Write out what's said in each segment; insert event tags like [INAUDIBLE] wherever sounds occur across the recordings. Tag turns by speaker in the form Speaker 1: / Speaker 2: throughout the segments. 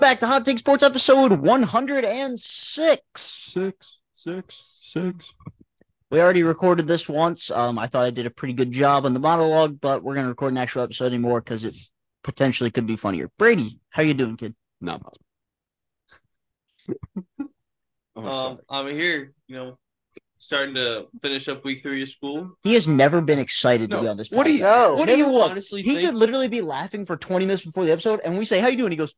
Speaker 1: back to Hot Take Sports episode 106.
Speaker 2: Six, six, six.
Speaker 1: We already recorded this once. Um, I thought I did a pretty good job on the monologue, but we're gonna record an actual episode anymore because it potentially could be funnier. Brady, how you doing, kid?
Speaker 2: Not bad. [LAUGHS] oh,
Speaker 3: Um, I'm here, you know, starting to finish up week three of school.
Speaker 1: He has never been excited to
Speaker 2: No.
Speaker 1: be on this.
Speaker 2: What do you-
Speaker 1: podcast.
Speaker 3: What do you
Speaker 1: Oh, Never once.
Speaker 3: honestly
Speaker 1: He
Speaker 3: think?
Speaker 1: could literally be laughing for 20 minutes before the episode, and we say, "How you doing?" He goes,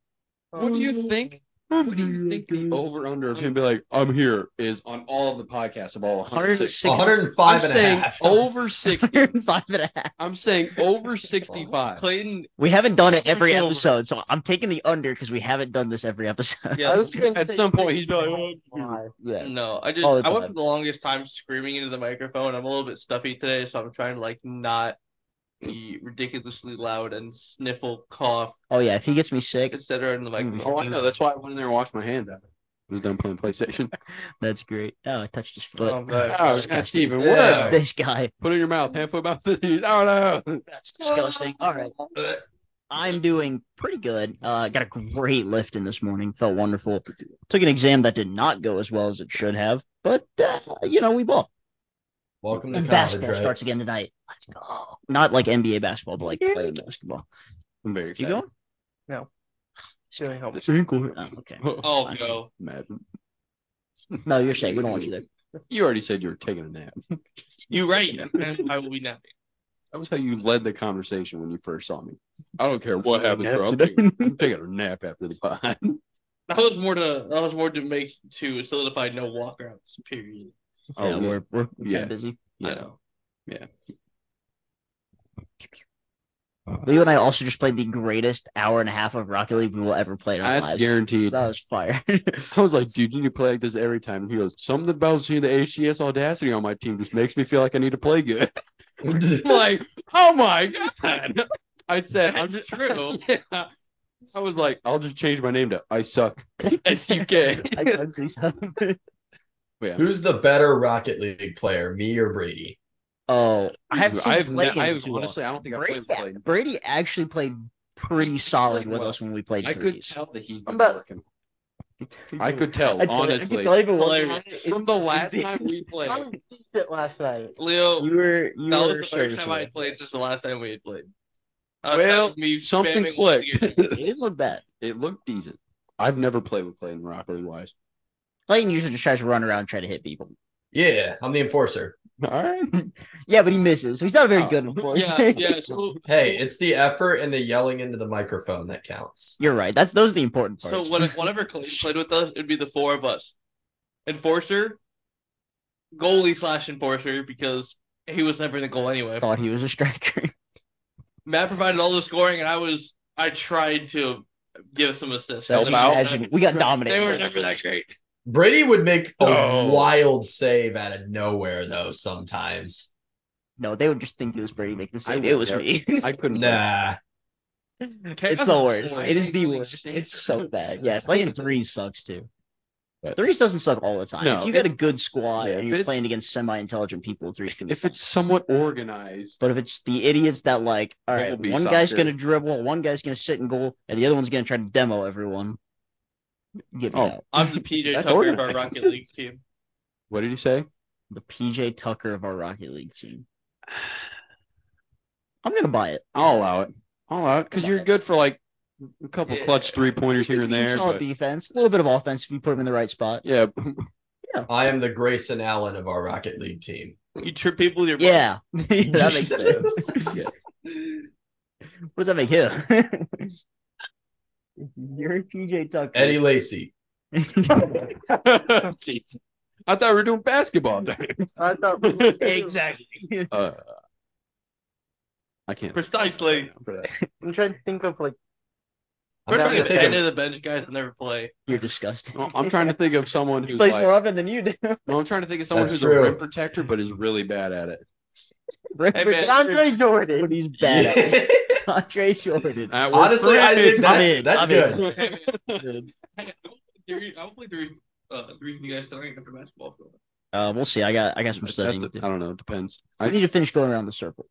Speaker 1: "Oh,
Speaker 3: what do you think?
Speaker 2: sorry.
Speaker 3: What do you think the over?
Speaker 2: Over under is gonna be like I'm here is on all of the podcasts of all 106.
Speaker 1: 106.
Speaker 4: 105
Speaker 2: I'm
Speaker 4: and a
Speaker 2: saying [LAUGHS]
Speaker 4: half.
Speaker 2: over 60.
Speaker 1: 105 and a half.
Speaker 2: I'm saying over 65.
Speaker 3: Clayton,
Speaker 1: [LAUGHS] We haven't done it every
Speaker 3: Freaking over.
Speaker 1: episode, so I'm taking the under because we haven't done this every episode.
Speaker 3: yeah.
Speaker 1: [LAUGHS]
Speaker 2: At some point he's like, oh,
Speaker 1: yeah.
Speaker 3: No, I just
Speaker 1: All the
Speaker 3: I went
Speaker 1: time.
Speaker 3: for the longest time screaming into the microphone. I'm a little bit stuffy today, so I'm trying to like not be ridiculously loud and sniffle, cough,
Speaker 1: Oh yeah, if he gets me sick,
Speaker 3: etc. in the microphone.
Speaker 2: oh, I know. That's why I went in there and washed my hands after. I was done playing
Speaker 4: [LAUGHS]
Speaker 2: PlayStation.
Speaker 1: that's great. Oh, I touched his foot.
Speaker 3: Oh, God.
Speaker 2: Oh, that's even worse.
Speaker 1: It's [LAUGHS] this guy.
Speaker 2: Put it in your mouth. Halfway mouth. Oh no.
Speaker 1: That's disgusting. Uh, All right. I'm doing pretty good. Uh, got a great lift in this morning. Felt wonderful. Took an exam that did not go as well as it should have, but uh, you know we ball.
Speaker 4: Welcome to
Speaker 1: And
Speaker 4: college,
Speaker 1: basketball
Speaker 4: right?
Speaker 1: starts again tonight. Let's go. Not like NBA basketball, but like playing basketball.
Speaker 2: I'm very
Speaker 1: You
Speaker 2: excited.
Speaker 1: going?
Speaker 3: Doing help.
Speaker 2: This ankle.
Speaker 1: Oh, okay.
Speaker 2: [LAUGHS]
Speaker 3: Oh no.
Speaker 2: Imagine.
Speaker 1: No, you're safe. We don't want you there.
Speaker 2: You already said you were taking a nap.
Speaker 3: You're right. I will be napping.
Speaker 2: That was how you led the conversation when you first saw me. I don't care what happens,
Speaker 1: Nap
Speaker 2: bro. I'm
Speaker 1: today.
Speaker 2: taking, I'm taking a nap after the
Speaker 1: [LAUGHS]
Speaker 2: pod.
Speaker 3: That was more to that was more to make to solidify no walkouts.
Speaker 1: [LAUGHS]
Speaker 3: Period.
Speaker 2: Oh,
Speaker 1: yeah,
Speaker 2: yeah.
Speaker 1: we're we're kinda
Speaker 2: Yeah.
Speaker 1: busy.
Speaker 3: I
Speaker 2: Yeah.
Speaker 3: know.
Speaker 1: Leo and I also just played the greatest hour and a half of Rocket League we will ever play in our
Speaker 2: That's
Speaker 1: lives. [LAUGHS]
Speaker 2: guaranteed.
Speaker 1: That was fire.
Speaker 2: I was like, dude, you need to play like this every time. And he goes, something about seeing the HCS Audacity on my team just makes me feel like I need to play good. [LAUGHS] I'm like, oh my god. [LAUGHS] I said, I'm [LAUGHS] just
Speaker 3: True.
Speaker 2: Yeah. I was like, I'll just change my name to I suck. S U [LAUGHS] K.
Speaker 1: I couldn't think so.
Speaker 2: Yeah.
Speaker 4: Who's the better Rocket League player, me or Brady?
Speaker 1: Oh, I haven't seen
Speaker 2: I have,
Speaker 1: Clayton
Speaker 2: ne- I
Speaker 1: in
Speaker 2: have
Speaker 1: too long.
Speaker 2: honestly, I don't think
Speaker 1: Brady,
Speaker 2: I've played.
Speaker 1: Brady actually played pretty solid
Speaker 2: played
Speaker 1: with
Speaker 2: well.
Speaker 1: us when we played
Speaker 2: I could
Speaker 1: threes.
Speaker 2: tell that he.
Speaker 1: I'm about-
Speaker 2: working. I could tell,
Speaker 1: [LAUGHS] I could- I
Speaker 2: honestly.
Speaker 1: could tell even
Speaker 3: Hilarious.
Speaker 1: watching it. [LAUGHS]
Speaker 2: From the last
Speaker 1: It's-
Speaker 2: time we played,
Speaker 1: I beat it last night.
Speaker 3: Leo,
Speaker 1: You were you
Speaker 3: Oh, that
Speaker 1: were
Speaker 3: was the first time
Speaker 1: serviceable.
Speaker 3: I had played since the last time we had played. Uh,
Speaker 2: Well,
Speaker 3: that was me
Speaker 2: something
Speaker 3: spamming
Speaker 2: clicked.
Speaker 1: [LAUGHS]
Speaker 3: once again.
Speaker 1: It looked bad.
Speaker 2: it looked decent. I've never played with Clayton Rockley wise.
Speaker 1: Clayton usually just tries to run around and try to hit people. [LAUGHS]
Speaker 4: Yeah, I'm the enforcer.
Speaker 2: All right.
Speaker 1: Yeah, but he misses. He's not very
Speaker 2: Oh.
Speaker 1: good, of course.
Speaker 3: yeah, yeah. So,
Speaker 4: Hey, it's the effort and the yelling into the microphone that counts.
Speaker 1: [LAUGHS] You're right. That's those are the important
Speaker 3: so
Speaker 1: parts.
Speaker 3: when, whenever Clayton played with us, it'd be the four of us, enforcer, goalie slash enforcer because he was never in the goal anyway.
Speaker 1: I thought he was a striker. [LAUGHS]
Speaker 3: Matt provided all the scoring, and I was I tried to give some assists.
Speaker 2: Help
Speaker 1: That's
Speaker 2: out.
Speaker 1: imagine- We got
Speaker 3: They
Speaker 1: dominated.
Speaker 3: were never that great.
Speaker 4: Brady would make a
Speaker 2: Oh.
Speaker 4: wild save out of nowhere though sometimes.
Speaker 1: No, they would just think it was Brady make the save.
Speaker 2: would
Speaker 1: It was
Speaker 2: never- [LAUGHS]
Speaker 1: me. [LAUGHS]
Speaker 2: I couldn't.
Speaker 4: Nah.
Speaker 3: [LAUGHS]
Speaker 1: it's the
Speaker 3: Oh,
Speaker 1: worst. It is the worst. It's so bad. Yeah, playing threes sucks too.
Speaker 2: But-
Speaker 1: Threes doesn't suck all the time.
Speaker 2: No,
Speaker 1: if you
Speaker 2: it-
Speaker 1: got a good squad
Speaker 2: Yeah,
Speaker 1: and
Speaker 2: if
Speaker 1: you're
Speaker 2: it's-
Speaker 1: playing against semi-intelligent people, threes can be.
Speaker 2: If it's somewhat organized,
Speaker 1: but if it's the idiots that like, all
Speaker 2: That
Speaker 1: right,
Speaker 2: would be
Speaker 1: one guy's
Speaker 2: soccer.
Speaker 1: gonna dribble, one guy's gonna sit and goal, and the other one's gonna try to demo everyone. Get me
Speaker 2: Oh.
Speaker 1: out.
Speaker 3: I'm the PJ
Speaker 2: That's
Speaker 3: Tucker of our
Speaker 2: organized.
Speaker 3: Rocket League team.
Speaker 2: what did he say?
Speaker 1: The PJ Tucker of our Rocket League team. [SIGHS] I'm gonna buy it.
Speaker 2: I'll allow it. I'll allow it because you're good for like a couple
Speaker 3: Yeah.
Speaker 2: clutch three pointers here and there.
Speaker 1: Solid
Speaker 2: but-
Speaker 1: defense, a little bit of offense if you put him in the right spot.
Speaker 2: [LAUGHS] yeah,
Speaker 4: I am the Grayson Allen of our Rocket League team.
Speaker 3: You trip people with your
Speaker 1: Yeah, [LAUGHS] that makes sense.
Speaker 2: [LAUGHS]
Speaker 1: What does that make him? [LAUGHS] You're PJ Tucker.
Speaker 4: Eddie Lacy.
Speaker 2: Jeez. I thought we were doing basketball.
Speaker 1: [LAUGHS] I thought [LAUGHS]
Speaker 3: exactly.
Speaker 2: uh, I can't. [LAUGHS]
Speaker 3: Precisely.
Speaker 2: For that.
Speaker 1: I'm trying to think of like
Speaker 4: I'm
Speaker 3: We're
Speaker 4: trying
Speaker 3: trying
Speaker 4: to
Speaker 3: to end
Speaker 4: think
Speaker 3: of
Speaker 4: of,
Speaker 3: the bench guys that never
Speaker 1: [LAUGHS]
Speaker 3: play.
Speaker 1: you're disgusting.
Speaker 2: I'm- I'm trying to think of someone
Speaker 1: He
Speaker 2: who's
Speaker 1: plays more
Speaker 2: like.
Speaker 1: often than you do. [LAUGHS]
Speaker 2: No, I'm trying to think of someone
Speaker 4: That's
Speaker 2: who's a
Speaker 4: true.
Speaker 2: rim protector but is really bad at it.
Speaker 3: man.
Speaker 1: Andre Jordan. But he's bad. at it. [LAUGHS] Andre Jordan.
Speaker 2: That worked
Speaker 4: [LAUGHS] Honestly,
Speaker 2: for
Speaker 4: I
Speaker 2: him.
Speaker 4: think that's,
Speaker 1: in,
Speaker 4: that's
Speaker 1: I'm in.
Speaker 4: good.
Speaker 3: Hey, man. I will play three. I will play three. Uh, three of you guys tonight after basketball.
Speaker 1: Uh, we'll see. I got I got some
Speaker 2: That's-
Speaker 1: studying. to
Speaker 2: I
Speaker 1: do.
Speaker 2: don't know. It depends.
Speaker 1: I
Speaker 2: I-
Speaker 1: need to finish going around the circle.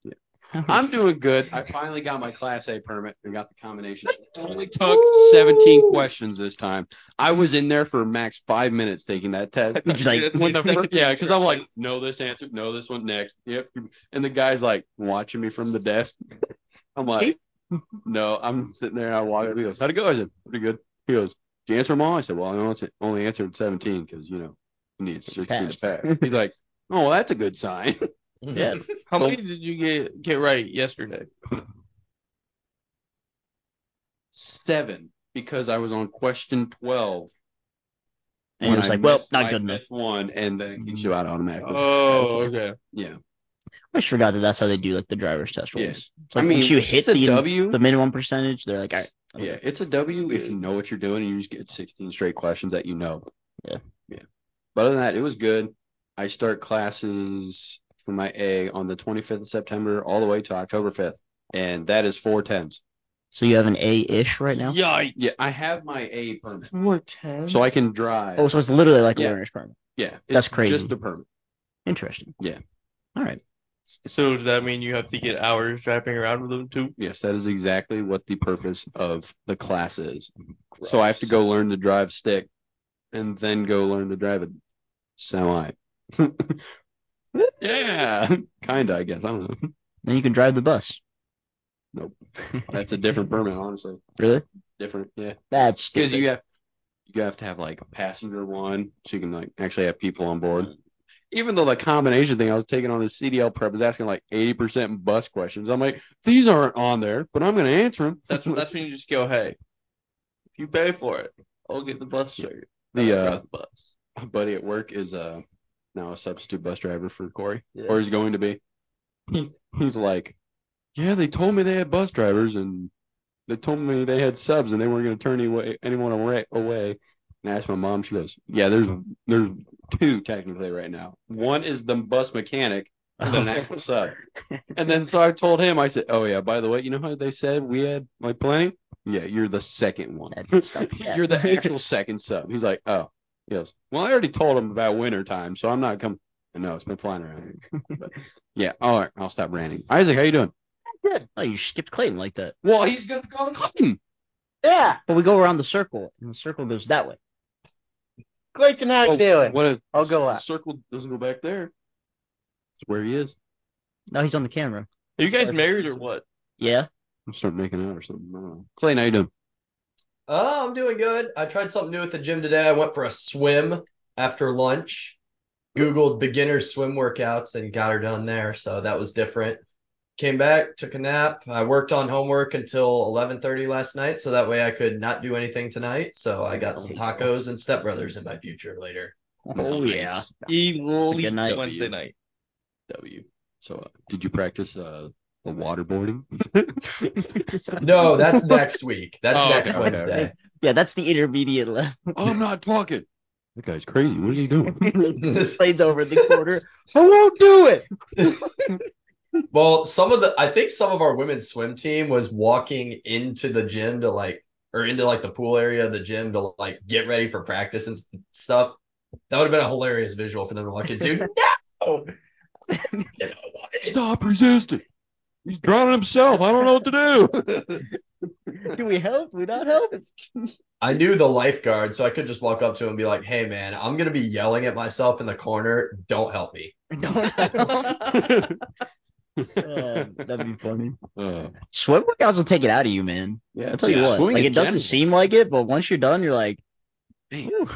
Speaker 2: I'm doing good. I finally got my Class A permit and got the combination. It only took 17 questions this time. I was in there for max five minutes taking that test. [LAUGHS]
Speaker 1: Just like,
Speaker 3: That's
Speaker 2: When the
Speaker 3: exactly
Speaker 2: fir- yeah, because I'm
Speaker 3: true.
Speaker 2: like, no, this answer, no, this one next. Yep. And the guy's like watching me from the desk. I'm like, no, I'm sitting there. And I walk up. He goes, how'd it go? I said, pretty good. He goes, did you answer them all? I said, well, I only- only answered 17 because, you know, you need 16 to pass. He's like, oh, well, that's a good sign.
Speaker 1: [LAUGHS]
Speaker 2: [LAUGHS]
Speaker 1: yeah.
Speaker 3: How many did you get get right yesterday?
Speaker 2: Seven because I was on question 12.
Speaker 1: And
Speaker 2: when
Speaker 1: it was
Speaker 2: I
Speaker 1: like, well,
Speaker 2: missed-
Speaker 1: not
Speaker 2: I
Speaker 1: good enough. Mm-hmm.
Speaker 2: missed One and then it kicks you out automatically.
Speaker 3: Oh, okay.
Speaker 2: yeah.
Speaker 1: I just forgot that that's how they do like the driver's test rules.
Speaker 2: Yeah.
Speaker 1: It's like
Speaker 2: I mean,
Speaker 1: once you hit
Speaker 2: It's a
Speaker 1: the,
Speaker 2: W.
Speaker 1: the minimum percentage, they're like, all right.
Speaker 2: Yeah, it's a W if you know what you're doing and you just get 16 straight questions that you know.
Speaker 1: Yeah.
Speaker 2: Yeah. But other than that, it was good. I start classes for my A on the 25th of September all the way to October 5th. And that is four tens.
Speaker 1: So you have an A ish right now.
Speaker 3: Yikes.
Speaker 2: Yeah, I have my A permit.
Speaker 3: Four ten.
Speaker 2: So I can drive.
Speaker 1: Oh, so it's literally like
Speaker 2: Yeah.
Speaker 1: a learner's permit.
Speaker 2: yeah.
Speaker 1: that's
Speaker 2: it's
Speaker 1: crazy.
Speaker 2: Just the permit.
Speaker 1: Interesting.
Speaker 2: Yeah.
Speaker 1: All right.
Speaker 3: So does that mean you have to get hours driving around with them too?
Speaker 2: Yes, that is exactly what the purpose of the class is. So I have to go learn to drive stick and then go learn to drive a semi. [LAUGHS] yeah, kind of, I guess. I don't know.
Speaker 1: Then you can drive the bus.
Speaker 2: That's a different permit, honestly.
Speaker 1: Really?
Speaker 2: Different, yeah.
Speaker 1: That's stupid.
Speaker 2: Because you have you have to have like a passenger one, so you can like actually have people on board. Even though the combination thing I was taking on the CDL prep was asking like eighty percent bus questions. I'm like, these aren't on there, but I'm gonna answer them.
Speaker 3: [LAUGHS] That's that's when you just go, hey, if you pay for it, I'll get the bus cert.
Speaker 2: The,
Speaker 3: I'll
Speaker 2: uh,
Speaker 3: drive the bus.
Speaker 2: my buddy at work is uh now a substitute bus driver for Corey, or he's going to be. He's he's like, yeah, they told me they had bus drivers, and they told me they had subs, and they weren't going to turn anyway, anyone away. away. And I asked my mom, she goes, yeah, there's there's two technically right now. One is the bus mechanic, and then an actual sub. And then so I told him, I said, oh yeah, by the way, you know how they said we had like plenty? Yeah, you're the second one.
Speaker 1: That's so
Speaker 2: [LAUGHS]
Speaker 1: bad.
Speaker 2: You're the actual second sub. He's like, oh, he goes, well, I already told him about winter time, so I'm not coming. I know it's been flying around. But, yeah, all right, I'll stop ranting. Isaac, how you doing?
Speaker 1: Good. Oh, you skipped Clayton like that.
Speaker 2: Well, he's gonna call Clayton.
Speaker 1: Yeah. But we go around the circle, and the circle goes that way. Oh,
Speaker 5: Clayton, how you doing?
Speaker 2: What a
Speaker 5: I'll go up.
Speaker 2: Circle doesn't go back there. It's where he is.
Speaker 1: No, he's on the camera.
Speaker 3: Are you guys married or what?
Speaker 1: Yeah.
Speaker 2: I'm starting making out or something. I don't know. Clayton, how you doing?
Speaker 4: Oh, I'm doing good. I tried something new at the gym today. I went for a swim after lunch. Googled beginner swim workouts and got her done there, so that was different. Came back, took a nap. I worked on homework until 11:30 last night, so that way I could not do anything tonight. So I got some tacos and stepbrothers in my future later.
Speaker 2: [LAUGHS]
Speaker 1: Oh, yeah.
Speaker 3: Elite
Speaker 1: night.
Speaker 3: Wednesday night.
Speaker 2: W. So, uh, did you practice uh, the waterboarding?
Speaker 4: No, that's next week. That's
Speaker 2: Oh,
Speaker 4: next
Speaker 2: okay, okay,
Speaker 4: Wednesday.
Speaker 1: okay. Yeah, that's the intermediate level.
Speaker 2: [LAUGHS] Oh, I'm not talking. That guy's crazy. What are you doing?
Speaker 1: Clayton's over the quarter.
Speaker 2: [LAUGHS] I won't do it.
Speaker 4: Well, some of the I think some of our women's swim team was walking into the gym to like or into like the pool area of the gym to like get ready for practice and s- stuff. That would have been a hilarious visual for them to walk into.
Speaker 5: [LAUGHS]
Speaker 4: no. You don't want it.
Speaker 2: Stop resisting. He's drowning himself. I don't know what to do.
Speaker 1: [LAUGHS] Do we help? Do we not help?
Speaker 4: I knew the lifeguard, so I could just walk up to him and be like, "Hey man, I'm going to be yelling at myself in the corner. Don't help me."
Speaker 2: [LAUGHS]
Speaker 1: [LAUGHS] Uh, that'd be funny.
Speaker 2: Uh,
Speaker 1: Swim workouts will take it out of you, man.
Speaker 2: yeah,
Speaker 1: I tell you what, like it doesn't seem like it, but once you're done, you're like,
Speaker 2: Man.
Speaker 1: "Whew."
Speaker 2: Oh,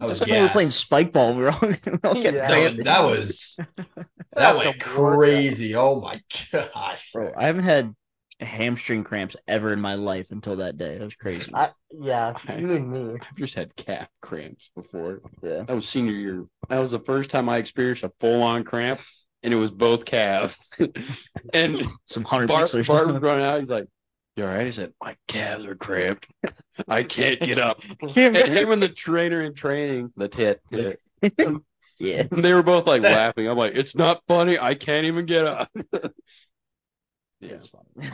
Speaker 4: I was
Speaker 1: Just like when we were playing
Speaker 4: gassed.
Speaker 1: spike ball, we were all, [LAUGHS] we were all getting
Speaker 5: Yeah.
Speaker 1: banged.
Speaker 4: That, that
Speaker 5: [LAUGHS]
Speaker 4: was that
Speaker 5: That's
Speaker 4: went
Speaker 5: a workout.
Speaker 4: crazy. Oh my gosh.
Speaker 1: Bro, I haven't had hamstring cramps ever in my life until that day. That was crazy.
Speaker 5: I, yeah,
Speaker 2: Okay.
Speaker 5: you and me.
Speaker 2: I've just had calf cramps before.
Speaker 1: [LAUGHS] Yeah.
Speaker 2: That was senior year. That was the first time I experienced a full on cramp, and it was both calves. [LAUGHS] and
Speaker 1: Some hundred
Speaker 2: Bart,
Speaker 1: pixels.
Speaker 2: Bart
Speaker 1: [LAUGHS]
Speaker 2: was running out. He's like, "You all right?" He said, "My calves are cramped. I can't get
Speaker 1: [LAUGHS]
Speaker 2: up." and him and the trainer in training, the tit,
Speaker 1: [LAUGHS] yeah.
Speaker 2: they were both like laughing. I'm like, "It's not funny. I can't even get up." [LAUGHS] yeah.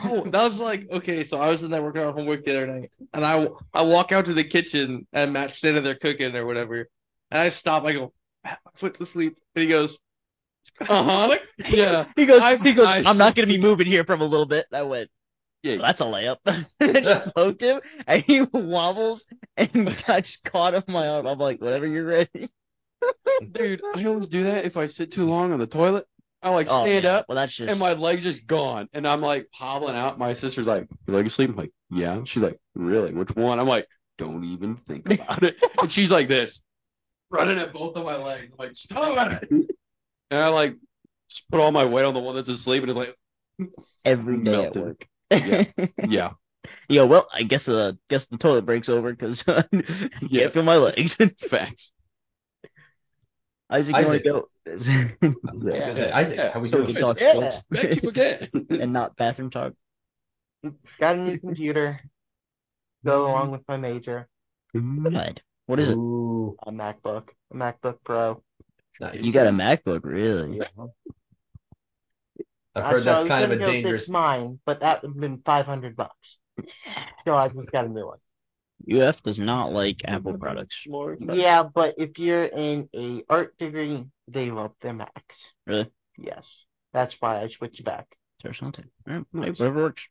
Speaker 3: Oh, that was like okay. So I was in that working on homework the other night, and I I walk out to the kitchen and Matt's standing there cooking or whatever, and I stop. I go, Matt, my foot's asleep, and he goes,
Speaker 2: Uh huh. Yeah.
Speaker 1: He goes,
Speaker 2: I-
Speaker 1: he goes,
Speaker 2: I
Speaker 1: I,
Speaker 2: see.
Speaker 1: am not going to be moving here from a little bit. I went, oh,
Speaker 2: Yeah.
Speaker 1: that's a layup. [LAUGHS] and she poked him, and he [LAUGHS] wobbles and [LAUGHS] got caught on my arm. I'm like, whatever you're ready.
Speaker 2: Dude, I always do that if I sit too long on the toilet. I like
Speaker 1: Oh,
Speaker 2: stand
Speaker 1: yeah.
Speaker 2: up
Speaker 1: Well, that's just.
Speaker 2: and my leg's just gone. And I'm like hobbling out. My sister's like, Your leg asleep? I'm like, Yeah. She's like, Really? Which one? I'm like, Don't even think about it. and she's like this, running at both of my legs. I'm like, Stop it. And I like just put all my weight on the one that's asleep and it's like
Speaker 1: every day
Speaker 2: melted.
Speaker 1: at work.
Speaker 2: Yeah. Yeah.
Speaker 1: yeah, well, I guess uh, guess the toilet breaks over because [LAUGHS] I
Speaker 2: Yeah.
Speaker 1: can't feel my legs. [LAUGHS]
Speaker 2: Facts.
Speaker 1: Isaac, you want to
Speaker 4: Isaac.
Speaker 1: go? [LAUGHS]
Speaker 4: I was
Speaker 1: yeah.
Speaker 4: gonna say, Isaac,
Speaker 2: Yeah.
Speaker 4: how we
Speaker 1: So we
Speaker 4: doing?
Speaker 1: can talk
Speaker 2: Yeah.
Speaker 1: sports
Speaker 2: Back to again.
Speaker 1: [LAUGHS] and not bathroom talk.
Speaker 5: Got a new computer. Go along with my major. Mm-hmm.
Speaker 1: Good. What is it?
Speaker 4: Ooh,
Speaker 5: A MacBook. A MacBook Pro.
Speaker 4: nice.
Speaker 1: You got a MacBook, really?
Speaker 4: I've heard
Speaker 5: Actually, I
Speaker 4: that's
Speaker 5: was
Speaker 4: kind of a
Speaker 5: gonna go fix
Speaker 4: dangerous.
Speaker 5: mine, but that would have been five hundred bucks. So I just got a new one.
Speaker 1: UF does not like Apple products.
Speaker 5: Yeah, but if you're in a art degree, they love their Macs.
Speaker 1: Really?
Speaker 5: Yes. That's why I switched back.
Speaker 1: Or something. All right,
Speaker 2: Nice.
Speaker 1: whatever works.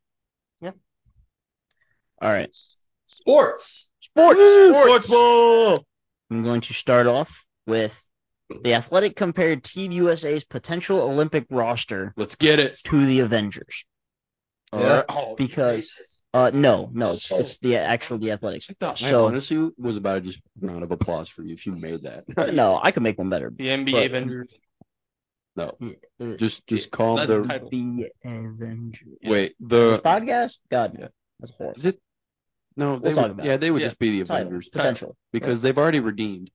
Speaker 5: Yep.
Speaker 1: All right.
Speaker 4: Sports.
Speaker 1: Sports.
Speaker 3: Sports ball.
Speaker 1: I'm going to start off with the Athletic compared Team USA's potential Olympic roster
Speaker 2: Let's get it.
Speaker 1: to the Avengers.
Speaker 2: All
Speaker 4: Yeah.
Speaker 2: right. Oh,
Speaker 1: Because uh, no, no, it's, it's the actual the Athletics.
Speaker 2: I thought
Speaker 1: So-
Speaker 2: I honestly was about to just round of applause for you if you made that.
Speaker 1: Uh, [LAUGHS] No, I can make one better.
Speaker 3: The NBA
Speaker 1: But-
Speaker 3: Avengers.
Speaker 2: No,
Speaker 1: Uh,
Speaker 2: just just call
Speaker 3: That's
Speaker 2: the
Speaker 3: the title.
Speaker 1: The Avengers.
Speaker 2: wait the
Speaker 1: podcast? God, no. That's horrible.
Speaker 2: is it no they
Speaker 1: We'll talk
Speaker 2: would,
Speaker 1: about
Speaker 2: yeah
Speaker 1: it.
Speaker 2: they would
Speaker 3: Yeah.
Speaker 2: just be the
Speaker 1: Title.
Speaker 2: Avengers
Speaker 1: Potential.
Speaker 2: because they've already redeemed.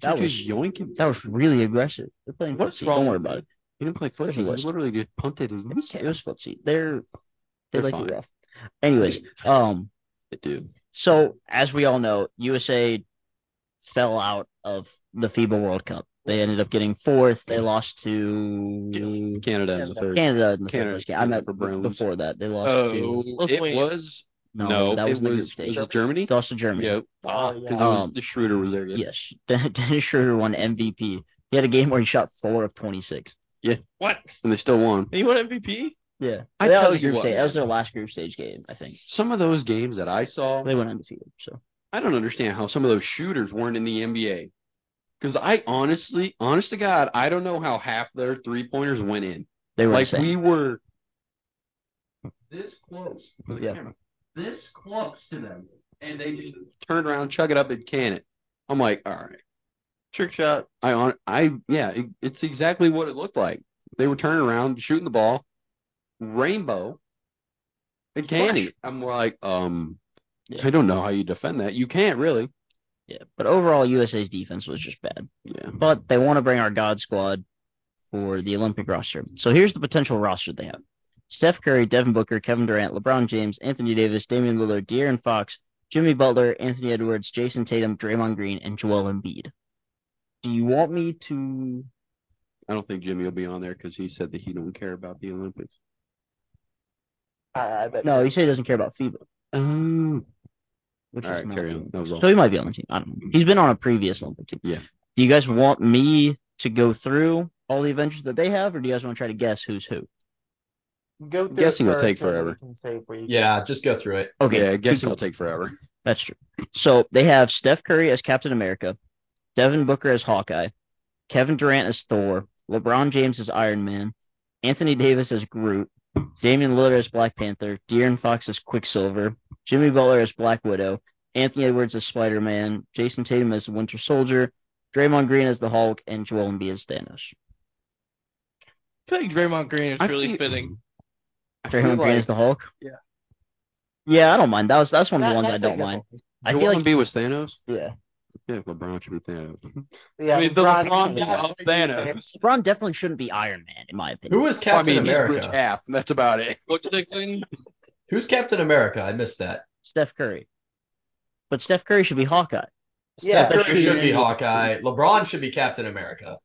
Speaker 1: That
Speaker 2: You're just yoinking.
Speaker 1: That was really aggressive. They're playing
Speaker 2: What's
Speaker 1: footsie.
Speaker 2: wrong
Speaker 1: Don't worry
Speaker 2: with
Speaker 1: about it.
Speaker 2: He didn't play
Speaker 1: There's a
Speaker 2: footsie. He
Speaker 1: list.
Speaker 2: literally just punted his
Speaker 1: It was,
Speaker 2: knees.
Speaker 1: it was footsie. They're
Speaker 2: They're
Speaker 1: they like it
Speaker 2: fine.
Speaker 1: rough.
Speaker 2: [LAUGHS]
Speaker 1: Anyways, um,
Speaker 2: Dude,
Speaker 1: so as we all know, USA fell out of the FIBA World Cup. They ended up getting fourth. They lost to
Speaker 2: Canada was the third.
Speaker 1: Canada in
Speaker 2: Canada-
Speaker 1: the third place game. I meant
Speaker 2: for bronze.
Speaker 1: before that. They lost. to,
Speaker 2: Oh, it
Speaker 3: Lithuania.
Speaker 2: was no,
Speaker 1: that was
Speaker 2: it
Speaker 1: the
Speaker 2: was
Speaker 1: group
Speaker 2: was
Speaker 1: stage.
Speaker 2: it Germany?
Speaker 1: They lost to Germany.
Speaker 2: Yeah,
Speaker 5: Oh, yeah.
Speaker 2: because
Speaker 1: Um,
Speaker 2: the Schroeder was there. Yeah,
Speaker 1: Yes, [LAUGHS] Dennis Schroeder won MVP. He had a game where he shot four of 26.
Speaker 3: What?
Speaker 2: and they still won.
Speaker 3: You want MVP?
Speaker 1: Yeah,
Speaker 2: I
Speaker 1: that
Speaker 2: tell
Speaker 1: was
Speaker 2: you
Speaker 1: group
Speaker 2: what,
Speaker 1: stage. That was
Speaker 2: man.
Speaker 1: their last group stage game, I think.
Speaker 2: Some of those games that I saw,
Speaker 1: They went undefeated. So
Speaker 2: I don't understand how some of those shooters weren't in the NBA. Because I honestly, honest to God, I don't know how half their three pointers went in.
Speaker 1: they were
Speaker 2: like
Speaker 1: insane.
Speaker 2: we were this close to the
Speaker 1: Yeah.
Speaker 2: camera, this close to them, and they just turned around, chug it up, and can it. I'm like, all right,
Speaker 3: Trick shot.
Speaker 2: I on, I yeah, it, it's exactly what it looked like. They were turning around, shooting the ball, rainbow, and canning. it. I'm like, um,
Speaker 1: Yeah.
Speaker 2: I don't know how you defend that. You can't really.
Speaker 1: Yeah, but overall USA's defense was just bad.
Speaker 2: Yeah.
Speaker 1: But they want to bring our God squad for the Olympic roster. So here's the potential roster they have: Steph Curry, Devin Booker, Kevin Durant, LeBron James, Anthony Davis, Damian Lillard, De'Aaron Fox, Jimmy Butler, Anthony Edwards, Jason Tatum, Draymond Green, and Joel Embiid. Do you want me to?
Speaker 2: I don't think Jimmy will be on there because he said that he don't care about the Olympics.
Speaker 5: I, I bet Um,
Speaker 1: No, you say he doesn't care about FIBA.
Speaker 2: Oh,
Speaker 1: Which
Speaker 2: all
Speaker 1: is
Speaker 2: right,
Speaker 1: not
Speaker 2: carry
Speaker 1: good.
Speaker 2: on. That was all.
Speaker 1: So he might be on the team. I don't know. He's been on a previous Olympic team.
Speaker 2: Yeah.
Speaker 1: Do you guys want me to go through all the Avengers that they have, or do you guys want to try to guess who's who?
Speaker 5: go through
Speaker 2: guessing
Speaker 5: it
Speaker 2: will take
Speaker 5: first, and then
Speaker 2: forever.
Speaker 5: we can say if we-
Speaker 4: Yeah, just go through it.
Speaker 1: Okay.
Speaker 2: Yeah, I guess it'll take forever.
Speaker 1: That's true. So they have Steph Curry as Captain America, Devin Booker as Hawkeye, Kevin Durant as Thor, LeBron James as Iron Man, Anthony Davis as Groot, Damian Lillard as Black Panther, De'Aaron Fox as Quicksilver, Jimmy Butler as Black Widow, Anthony Edwards as Spider Man, Jason Tatum as the Winter Soldier, Draymond Green as the Hulk, and Joel Embiid as Thanos.
Speaker 3: I feel like Draymond Green is
Speaker 2: I
Speaker 3: really
Speaker 2: feel-
Speaker 3: fitting.
Speaker 2: I feel
Speaker 1: Draymond Green
Speaker 2: like
Speaker 1: as the Hulk.
Speaker 3: Yeah.
Speaker 1: Yeah, I don't mind. That was that's one of the
Speaker 5: That-
Speaker 1: ones I
Speaker 5: that's
Speaker 1: don't
Speaker 5: like a-
Speaker 1: mind. I
Speaker 2: I
Speaker 1: feel like
Speaker 2: be with Thanos.
Speaker 1: yeah.
Speaker 2: Yeah, LeBron should be Thanos.
Speaker 5: Yeah,
Speaker 3: I mean, the
Speaker 5: LeBron-
Speaker 3: LeBron
Speaker 5: yeah.
Speaker 3: of Thanos.
Speaker 1: LeBron definitely shouldn't be Iron Man in my opinion.
Speaker 4: Who is Captain
Speaker 2: I mean, he's rich
Speaker 4: America?
Speaker 2: half. and That's about it.
Speaker 3: What did I say?
Speaker 4: Who's Captain America? I missed that.
Speaker 1: Steph Curry. But Steph Curry should be Hawkeye.
Speaker 5: Yeah,
Speaker 4: Curry
Speaker 1: Steph
Speaker 4: should, be
Speaker 1: is-
Speaker 4: Hawkeye. LeBron should be Captain America.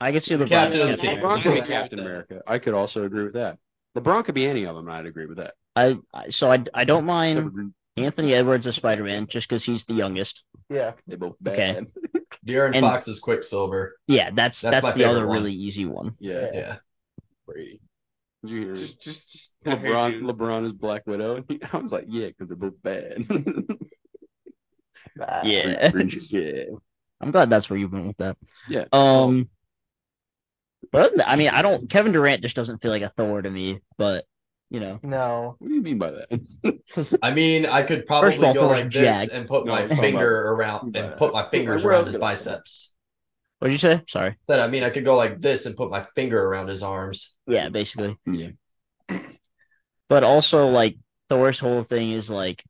Speaker 1: I can see LeBron.
Speaker 4: Captain
Speaker 1: as
Speaker 4: of the
Speaker 1: Captain
Speaker 2: LeBron
Speaker 4: team.
Speaker 1: America.
Speaker 2: could be Captain America. I could also agree with that. LeBron could be any of them. and I'd agree with that.
Speaker 1: I, I so I, I
Speaker 2: Except
Speaker 1: don't
Speaker 2: for
Speaker 1: mind
Speaker 2: Green-
Speaker 1: Anthony Edwards as Spider Man just because he's the youngest.
Speaker 5: yeah.
Speaker 2: They both
Speaker 1: Okay.
Speaker 2: bad.
Speaker 4: De'Aaron
Speaker 1: And-
Speaker 4: Fox is Quicksilver.
Speaker 1: Yeah, that's
Speaker 4: That's
Speaker 1: that's,
Speaker 4: my
Speaker 1: the other
Speaker 4: favorite one.
Speaker 1: really easy one.
Speaker 2: Yeah,
Speaker 4: Yeah.
Speaker 2: Brady. Did you hear
Speaker 3: Just, just, just
Speaker 2: LeBron? LeBron is Black Widow. [LAUGHS] I was like, yeah, because they're both bad. [LAUGHS]
Speaker 5: But
Speaker 1: Yeah.
Speaker 2: yeah.
Speaker 1: [LAUGHS] I'm glad that's where you've been with that.
Speaker 2: Yeah.
Speaker 1: Um but other than that, I mean I don't Kevin Durant just doesn't feel like a Thor to me, but you know.
Speaker 5: No.
Speaker 2: What do you mean by that?
Speaker 4: I mean, I could probably
Speaker 1: First of all,
Speaker 4: go
Speaker 1: Thor's
Speaker 4: like this
Speaker 1: jagged.
Speaker 4: and put
Speaker 2: No,
Speaker 4: my
Speaker 2: I'm talking
Speaker 4: finger around and
Speaker 2: Yeah.
Speaker 4: put my fingers
Speaker 2: Where
Speaker 4: around
Speaker 2: else
Speaker 4: his
Speaker 2: could I-
Speaker 4: biceps.
Speaker 1: What'd you say? Sorry.
Speaker 4: That I mean, I could go like this and put my finger around his arms.
Speaker 1: Yeah, basically.
Speaker 2: yeah.
Speaker 1: But also like Thor's whole thing is like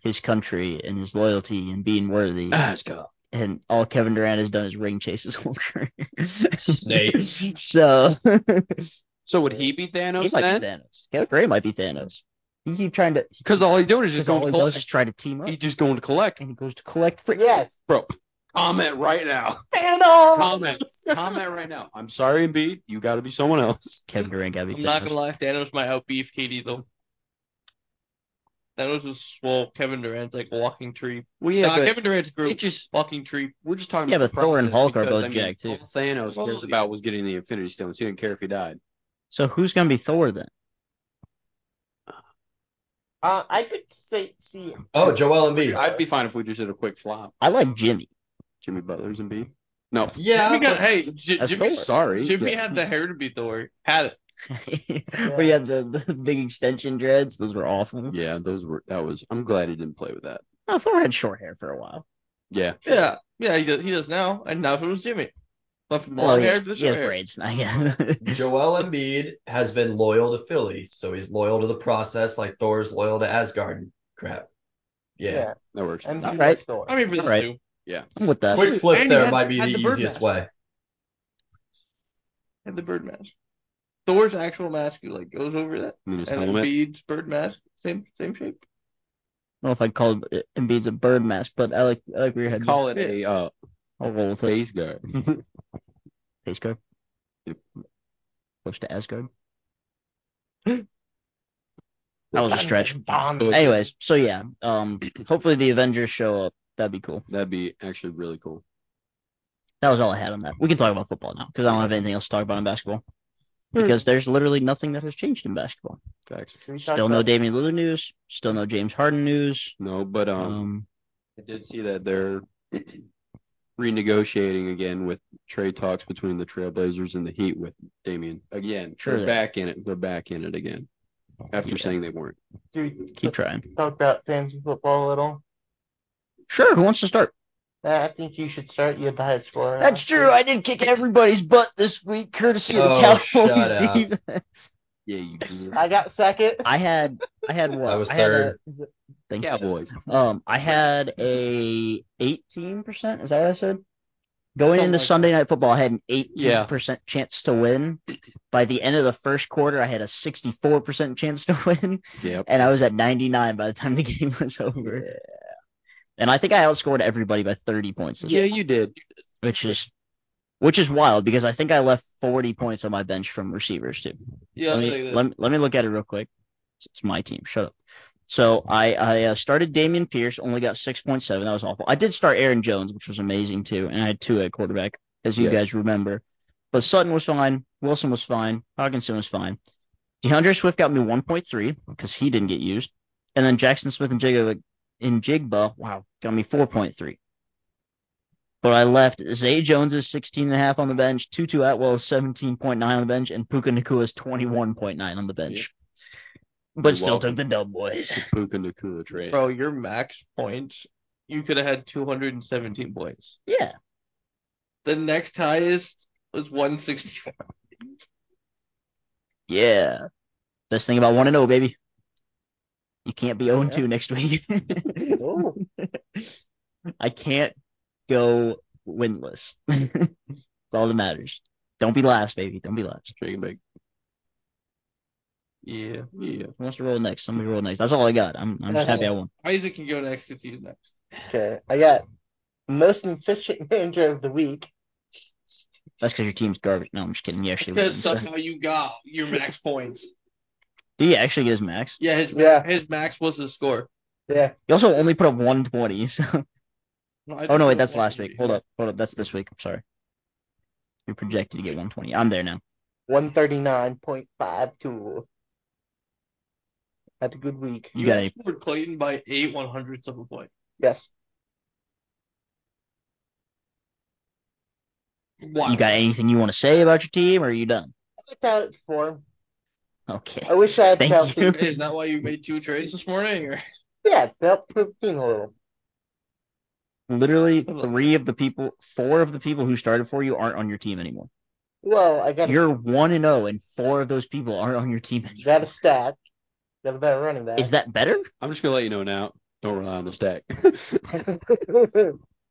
Speaker 1: his country and his loyalty and being worthy.
Speaker 3: Uh.
Speaker 2: Asgard.
Speaker 1: and all Kevin Durant has done is ring chase his whole
Speaker 3: [LAUGHS]
Speaker 1: career.
Speaker 4: Snake.
Speaker 1: so
Speaker 2: So would he be Thanos
Speaker 1: he might be
Speaker 2: then?
Speaker 1: Thanos. Kevin Durant might be Thanos. He keep trying to
Speaker 2: Because all he's doing is just
Speaker 1: because all
Speaker 2: going
Speaker 1: he
Speaker 2: to
Speaker 1: does
Speaker 2: collect.
Speaker 1: is try to team up,
Speaker 2: He's just going to collect,
Speaker 1: and he goes to collect. For,
Speaker 5: Yes.
Speaker 2: bro. Comment right now.
Speaker 5: Thanos.
Speaker 2: Comment. Comment right now. I'm sorry, Embiid. You got to be someone else.
Speaker 1: Kevin Durant got to be
Speaker 3: I'm not
Speaker 1: Thanos.
Speaker 3: gonna lie, Thanos might out beef KD though. Thanos is well, Kevin Durant's like a walking tree.
Speaker 2: Well, yeah,
Speaker 3: nah,
Speaker 2: but
Speaker 3: Kevin Durant's
Speaker 2: it
Speaker 3: group
Speaker 2: just
Speaker 3: walking tree.
Speaker 2: we're just talking.
Speaker 1: Yeah,
Speaker 2: about
Speaker 1: but Thor and
Speaker 2: process
Speaker 1: Hulk are
Speaker 2: because,
Speaker 1: both
Speaker 2: I mean,
Speaker 1: jacked, too.
Speaker 2: All Thanos
Speaker 3: Well,
Speaker 2: cares
Speaker 3: yeah.
Speaker 2: about was getting the Infinity Stones. He didn't care if he died.
Speaker 1: So who's gonna be Thor then?
Speaker 5: Uh, I could say see
Speaker 4: [LAUGHS] Oh, Joel Embiid.
Speaker 2: I'd be fine if we just did a quick flop.
Speaker 1: I like Jimmy.
Speaker 2: Jimmy Butler's and B. No,
Speaker 4: yeah,
Speaker 3: Jimmy got,
Speaker 4: but
Speaker 3: hey, J-
Speaker 1: That's
Speaker 3: Jimmy,
Speaker 1: Thor.
Speaker 2: sorry.
Speaker 3: Jimmy
Speaker 2: Yeah.
Speaker 3: had the hair to be Thor. Had it. [LAUGHS]
Speaker 1: Where you had the, the big extension dreads; those were awful.
Speaker 2: Yeah, those were that was. I'm glad he didn't play with that.
Speaker 1: No, Thor had short hair for a while.
Speaker 2: Yeah,
Speaker 3: Yeah, yeah, he does. He does now. And now if it was Jimmy, left from long
Speaker 1: Well, he
Speaker 3: hair
Speaker 1: has,
Speaker 3: to the
Speaker 1: he has
Speaker 3: short hair.
Speaker 1: braids now. Yeah. [LAUGHS]
Speaker 4: Joel Embiid has been loyal to Philly, so he's loyal to the process, like Thor's loyal to Asgard. Crap. Yeah.
Speaker 2: that works.
Speaker 5: and
Speaker 1: All
Speaker 5: do
Speaker 1: right.
Speaker 5: the Thor.
Speaker 3: I mean, for the
Speaker 1: Alright.
Speaker 3: two,
Speaker 1: I'm with that.
Speaker 4: Quick flip
Speaker 3: And
Speaker 4: there
Speaker 3: had-
Speaker 4: might be
Speaker 3: had
Speaker 4: the,
Speaker 3: the bird
Speaker 4: easiest
Speaker 3: mask.
Speaker 4: way.
Speaker 3: and the bird mask. Thor's actual mask like goes over that,
Speaker 2: I mean, his
Speaker 3: and
Speaker 2: helmet.
Speaker 3: Embiid's bird mask, same same shape.
Speaker 1: I don't know if I'd call it Embiid's a bird mask, but I like I like where your head. Oh,
Speaker 2: Call it a uh,
Speaker 1: I'll roll with it.
Speaker 2: face guard.
Speaker 1: Face guard.
Speaker 2: Yep.
Speaker 1: Close to Asgard. That was a
Speaker 5: Thunder
Speaker 3: [LAUGHS]
Speaker 1: stretch.
Speaker 5: bomb.
Speaker 2: But-
Speaker 1: Anyways, so yeah, um, hopefully the Avengers show up. That'd be cool.
Speaker 2: That'd be actually really cool.
Speaker 1: That was all I had on that. We can talk about football now because I don't have anything else to talk about in basketball. Because there's literally nothing that has changed in basketball.
Speaker 2: Facts.
Speaker 5: Can we talk
Speaker 1: Still no
Speaker 5: about-
Speaker 1: Damian Lillard news. Still no James Harden news.
Speaker 2: No, but um,
Speaker 1: Um,
Speaker 2: I did see that they're [CLEARS THROAT] renegotiating again with trade talks between the Trailblazers and the Heat with Damien. Again,
Speaker 1: Sure
Speaker 2: they're
Speaker 1: they are.
Speaker 2: back in it. They're back in it again after
Speaker 1: Yeah.
Speaker 2: saying they weren't.
Speaker 5: Can we
Speaker 1: keep trying.
Speaker 5: talk about fantasy football a little?
Speaker 1: Sure, who wants to start?
Speaker 5: Uh, I think you should start. You had the highest score. Uh,
Speaker 1: That's true. I did kick everybody's butt this week, courtesy of the
Speaker 4: Oh, shut up.
Speaker 1: Cowboys [LAUGHS] defense.
Speaker 2: Yeah, you [LAUGHS] did.
Speaker 5: I got second.
Speaker 1: I had, I had what?
Speaker 4: I was
Speaker 1: had
Speaker 4: third.
Speaker 1: a- thank you.
Speaker 2: Cowboys.
Speaker 1: Um, I had a 18%. Is that what I said? Going into
Speaker 5: Something like that.
Speaker 1: Sunday Night Football, I had an
Speaker 2: Yeah.
Speaker 1: 18% chance to win. By the end of the first quarter, I had a 64% chance to [LAUGHS] win,
Speaker 2: Yep.
Speaker 1: and I was at 99 by the time the [LAUGHS] game was over. And I think I outscored everybody by 30 points, this
Speaker 2: Yeah, you did.
Speaker 1: which is which is wild because I think I left 40 points on my bench from receivers too
Speaker 3: [LAUGHS] Yeah,
Speaker 1: let
Speaker 3: like
Speaker 1: me,
Speaker 3: that.
Speaker 1: let, me- let me look at it real quick. It's- It's my team. Shut up. So I I uh, started Damian Pierce, only got 6.7. That was awful. I did start Aaron Jones, which was amazing too, and I had two at quarterback, as you
Speaker 2: Yes.
Speaker 1: guys remember. But Sutton was fine. Wilson was fine. Hawkinson was fine. DeAndre Swift got me 1.3 because he didn't get used, and then Jackson Smith and Jigba in Jigba, wow, got me 4.3. But I left Zay Jones's 16 and a half on the bench, Tutu Atwell's 17.9 on the bench, and Puka Nakua's 21.9 on the bench. But
Speaker 2: You're
Speaker 1: still
Speaker 2: welcome.
Speaker 1: took the dub, boys.
Speaker 2: The Puka Nakua trade.
Speaker 3: Bro, your max points, you could have had 217 points.
Speaker 1: Yeah.
Speaker 3: The next highest was 164.
Speaker 1: Yeah. Best thing about 1 0, baby. You can't be 0
Speaker 5: Yeah.
Speaker 1: 2 next week.
Speaker 5: Ooh.
Speaker 1: [LAUGHS] I can't go winless. [LAUGHS] That's all that matters. Don't be last, baby. Don't be last.
Speaker 2: Shake and bake.
Speaker 3: Yeah.
Speaker 2: Yeah.
Speaker 1: Who wants to roll next? Somebody roll next. That's all I got. I'm, I'm just happy I won.
Speaker 3: Isaac can go next because he's next.
Speaker 5: Okay. I got most efficient [LAUGHS] manager of the week.
Speaker 1: That's because your team's garbage. No, I'm just kidding. You actually won.
Speaker 3: Because
Speaker 1: So.
Speaker 3: somehow you got your
Speaker 1: [LAUGHS]
Speaker 3: max points.
Speaker 1: Did he actually get his max?
Speaker 3: Yeah, his
Speaker 5: Yeah.
Speaker 3: his max was his score.
Speaker 5: Yeah.
Speaker 1: He also only put up 120, [LAUGHS] so
Speaker 3: No, I
Speaker 1: Oh no, wait,
Speaker 3: just-
Speaker 1: that's last week. Hold up, hold up, that's this week. I'm sorry. You're projected to get 120. I'm there now.
Speaker 5: 139.52. Had a good week.
Speaker 1: You got it.
Speaker 3: outscored Clayton by eight one hundredths of a point.
Speaker 5: Yes.
Speaker 3: Wow.
Speaker 1: You got anything you want to say about your team, or are you done?
Speaker 5: I thought it for.
Speaker 1: Okay.
Speaker 5: I wish I had
Speaker 1: Thank
Speaker 5: felt
Speaker 1: you.
Speaker 3: Hey, is that why you made two trades this morning? Or
Speaker 5: [LAUGHS] Yeah, felt 15 a little.
Speaker 1: Literally, three of the people, four of the people who started for you aren't on your team anymore.
Speaker 5: Well, I got
Speaker 1: You're
Speaker 5: a,
Speaker 1: one and zero, and four of those people aren't on your team anymore.
Speaker 5: got a stack. Got a better running back.
Speaker 1: Is that better?
Speaker 2: I'm just gonna let you know now. Don't rely on the
Speaker 1: [LAUGHS]
Speaker 2: stack.
Speaker 5: [LAUGHS]
Speaker 2: [LAUGHS]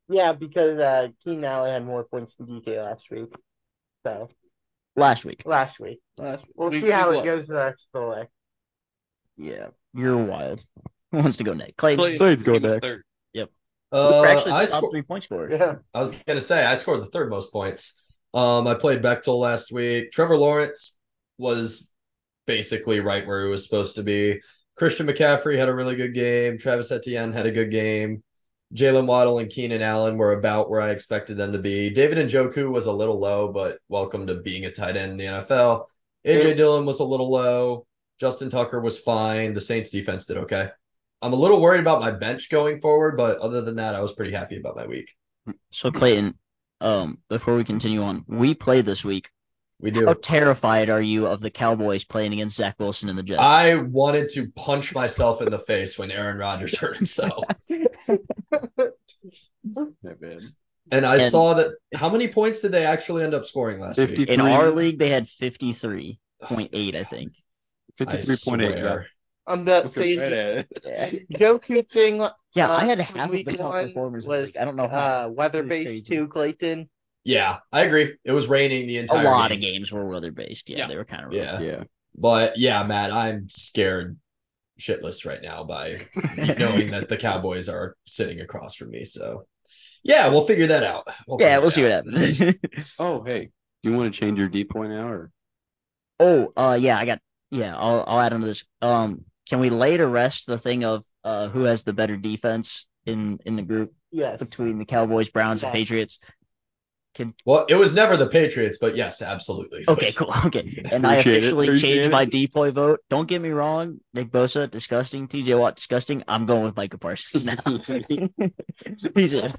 Speaker 5: yeah, because uh, Keenan Allen had more points than DK last week. So,
Speaker 1: Last week.
Speaker 5: last week.
Speaker 3: last
Speaker 5: We'll
Speaker 3: week
Speaker 5: see how
Speaker 3: we
Speaker 5: it
Speaker 3: won.
Speaker 5: goes the rest of the way. [LAUGHS]
Speaker 1: Yeah. You're wild. Who wants to go next? Clay.
Speaker 3: Clayton,
Speaker 2: Clayton's going
Speaker 3: he was
Speaker 2: next.
Speaker 3: third.
Speaker 4: Uh,
Speaker 1: You're actually the
Speaker 4: I
Speaker 1: top
Speaker 4: scored.
Speaker 1: three point scorer.
Speaker 5: Yeah.
Speaker 4: I was gonna say I scored the third most points. Um, I played Bechtel last week. Trevor Lawrence was basically right where he was supposed to be. Christian McCaffrey had a really good game. Travis Etienne had a good game. Jalen Waddle and Keenan Allen were about where I expected them to be. David and Joku was a little low, but welcome to being a tight end in the NFL. AJ Dillon was a little low. Justin Tucker was fine. The Saints defense did okay. I'm a little worried about my bench going forward, but other than that, I was pretty happy about my week.
Speaker 1: So Clayton, um, before we continue on, we play this week.
Speaker 4: We
Speaker 1: How
Speaker 4: do.
Speaker 1: terrified are you of the Cowboys playing against Zach Wilson and the Jets?
Speaker 4: I wanted to punch myself in the face when Aaron Rodgers
Speaker 1: [LAUGHS]
Speaker 4: hurt himself.
Speaker 2: Yeah, man.
Speaker 4: And I
Speaker 1: And-
Speaker 4: saw that how many points did they actually end up scoring last week?
Speaker 2: 50
Speaker 1: In our
Speaker 2: three-
Speaker 1: league, they had 53.8, I think.
Speaker 4: I
Speaker 2: 53.8. yeah.
Speaker 4: swear.
Speaker 5: On that
Speaker 2: Look at
Speaker 5: same
Speaker 2: that.
Speaker 1: Yeah,
Speaker 5: Joku thing, [LAUGHS] uh,
Speaker 1: I had half of
Speaker 5: week
Speaker 1: the top
Speaker 5: one
Speaker 1: performers.
Speaker 5: was,
Speaker 1: Was, I don't know how.
Speaker 5: uh, weather-based
Speaker 1: crazy.
Speaker 5: too, Clayton.
Speaker 4: Yeah, I agree. It was raining the
Speaker 1: a
Speaker 4: entire
Speaker 1: lot
Speaker 4: game.
Speaker 1: of games were weather based. Yeah,
Speaker 3: Yeah.
Speaker 1: they were kind of rough.
Speaker 4: Yeah.
Speaker 2: Yeah.
Speaker 4: But yeah, Matt, I'm scared shitless right now by
Speaker 1: [LAUGHS]
Speaker 4: knowing that the Cowboys are sitting across from me. So yeah, we'll figure that out. We'll
Speaker 1: Yeah,
Speaker 4: figure
Speaker 1: we'll
Speaker 4: it
Speaker 1: see what
Speaker 4: out.
Speaker 1: happens. [LAUGHS]
Speaker 2: Oh, hey. Do you want to change your D point now or
Speaker 1: oh, uh, yeah, I got. Yeah, I'll I'll add on to this. Um, can we lay to rest the thing of uh who has the better defense in in the group
Speaker 5: Yes.
Speaker 1: between the Cowboys, Browns, and
Speaker 5: Yeah.
Speaker 1: Patriots?
Speaker 4: Well, it was never the Patriots, but yes, absolutely.
Speaker 1: Okay, cool. [LAUGHS] Okay, and I
Speaker 2: Appreciate it,
Speaker 1: officially
Speaker 2: appreciate
Speaker 1: changed
Speaker 2: it.
Speaker 1: my depoy vote. Don't get me wrong, Nick Bosa, disgusting. T.J. Watt, disgusting. I'm going with Micah Parsons now. [LAUGHS] He's a,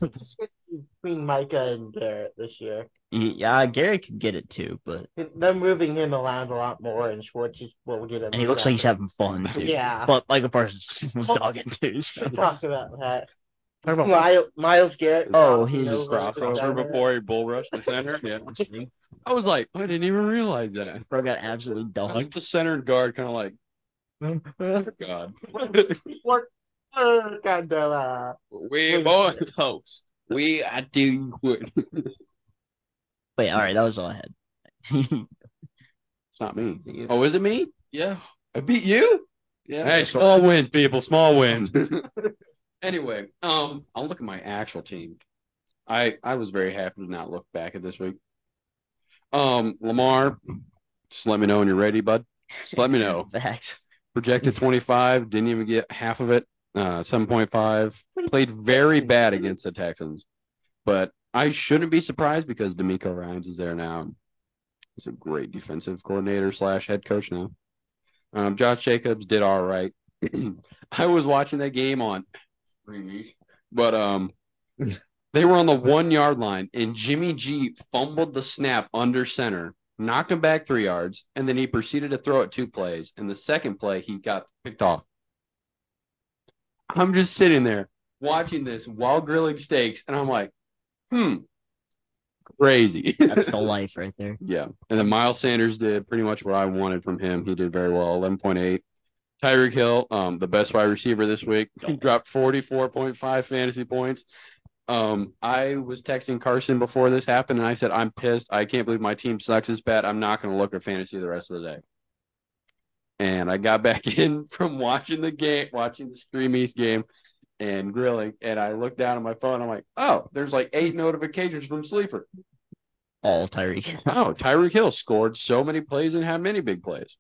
Speaker 5: Between Micah and Garrett this year.
Speaker 1: yeah, Garrett could get it too, but
Speaker 5: They're moving him around a lot more, and Schwartz is- will get him.
Speaker 1: and he looks like he's having fun too.
Speaker 5: Yeah.
Speaker 1: But Michael Parsons was dogging too.
Speaker 5: [LAUGHS]
Speaker 1: So.
Speaker 5: Talk about that.
Speaker 1: Talk about-
Speaker 5: Miles, Miles Garrett.
Speaker 1: Oh,
Speaker 5: crossing
Speaker 1: he's
Speaker 5: over with
Speaker 2: crossover
Speaker 5: Dynamite.
Speaker 2: before he bull rushed the center? [LAUGHS] Yeah. I was like, I didn't even realize that.
Speaker 1: Bro got absolutely
Speaker 2: I looked
Speaker 1: dogged.
Speaker 2: the center and guard kind of like, God.
Speaker 5: What? Uh, kind of, uh,
Speaker 3: We are toast.
Speaker 2: We are doing good.
Speaker 1: Wait, all right, that was all I had. [LAUGHS]
Speaker 2: It's not me. Oh, is it me?
Speaker 3: Yeah.
Speaker 2: I beat you?
Speaker 3: Yeah.
Speaker 2: Hey, small wins, people. Small wins. anyway, um, I'll look at my actual team. I I was very happy to not look back at this week. Um, Lamar, just let me know when you're ready, bud. Just let me know. [LAUGHS]
Speaker 1: Facts.
Speaker 2: Projected 25, didn't even get half of it. Uh, 7.5. Played very bad against the Texans, but I shouldn't be surprised because D'Amico Ryan's is there now. He's a great defensive coordinator slash head coach now. Um, Josh Jacobs did all right. [CLEARS THROAT] I was watching that game on, but um, they were on the one yard line, and Jimmy G fumbled the snap under center, knocked him back three yards, and then he proceeded to throw it two plays. And the second play, he got picked off. I'm just sitting there watching this while grilling steaks, and I'm like, hmm, crazy.
Speaker 1: That's the life right there.
Speaker 2: Yeah. And then Miles Sanders did pretty much what I wanted from him. He did very well, 11.8. Tyreek Hill, um, the best wide receiver this week, dropped 44.5 fantasy points. Um, I was texting Carson before this happened, and I said, I'm pissed. I can't believe my team sucks this bad. I'm not going to look at fantasy the rest of the day. And I got [LAUGHS] back in from watching the game, watching the Stream East game and grilling, and I looked down at my phone. I'm like, oh, there's like eight notifications from Sleeper.
Speaker 1: All Tyreek.
Speaker 2: [LAUGHS] Wow, Tyreek Hill scored so many plays and had many big plays.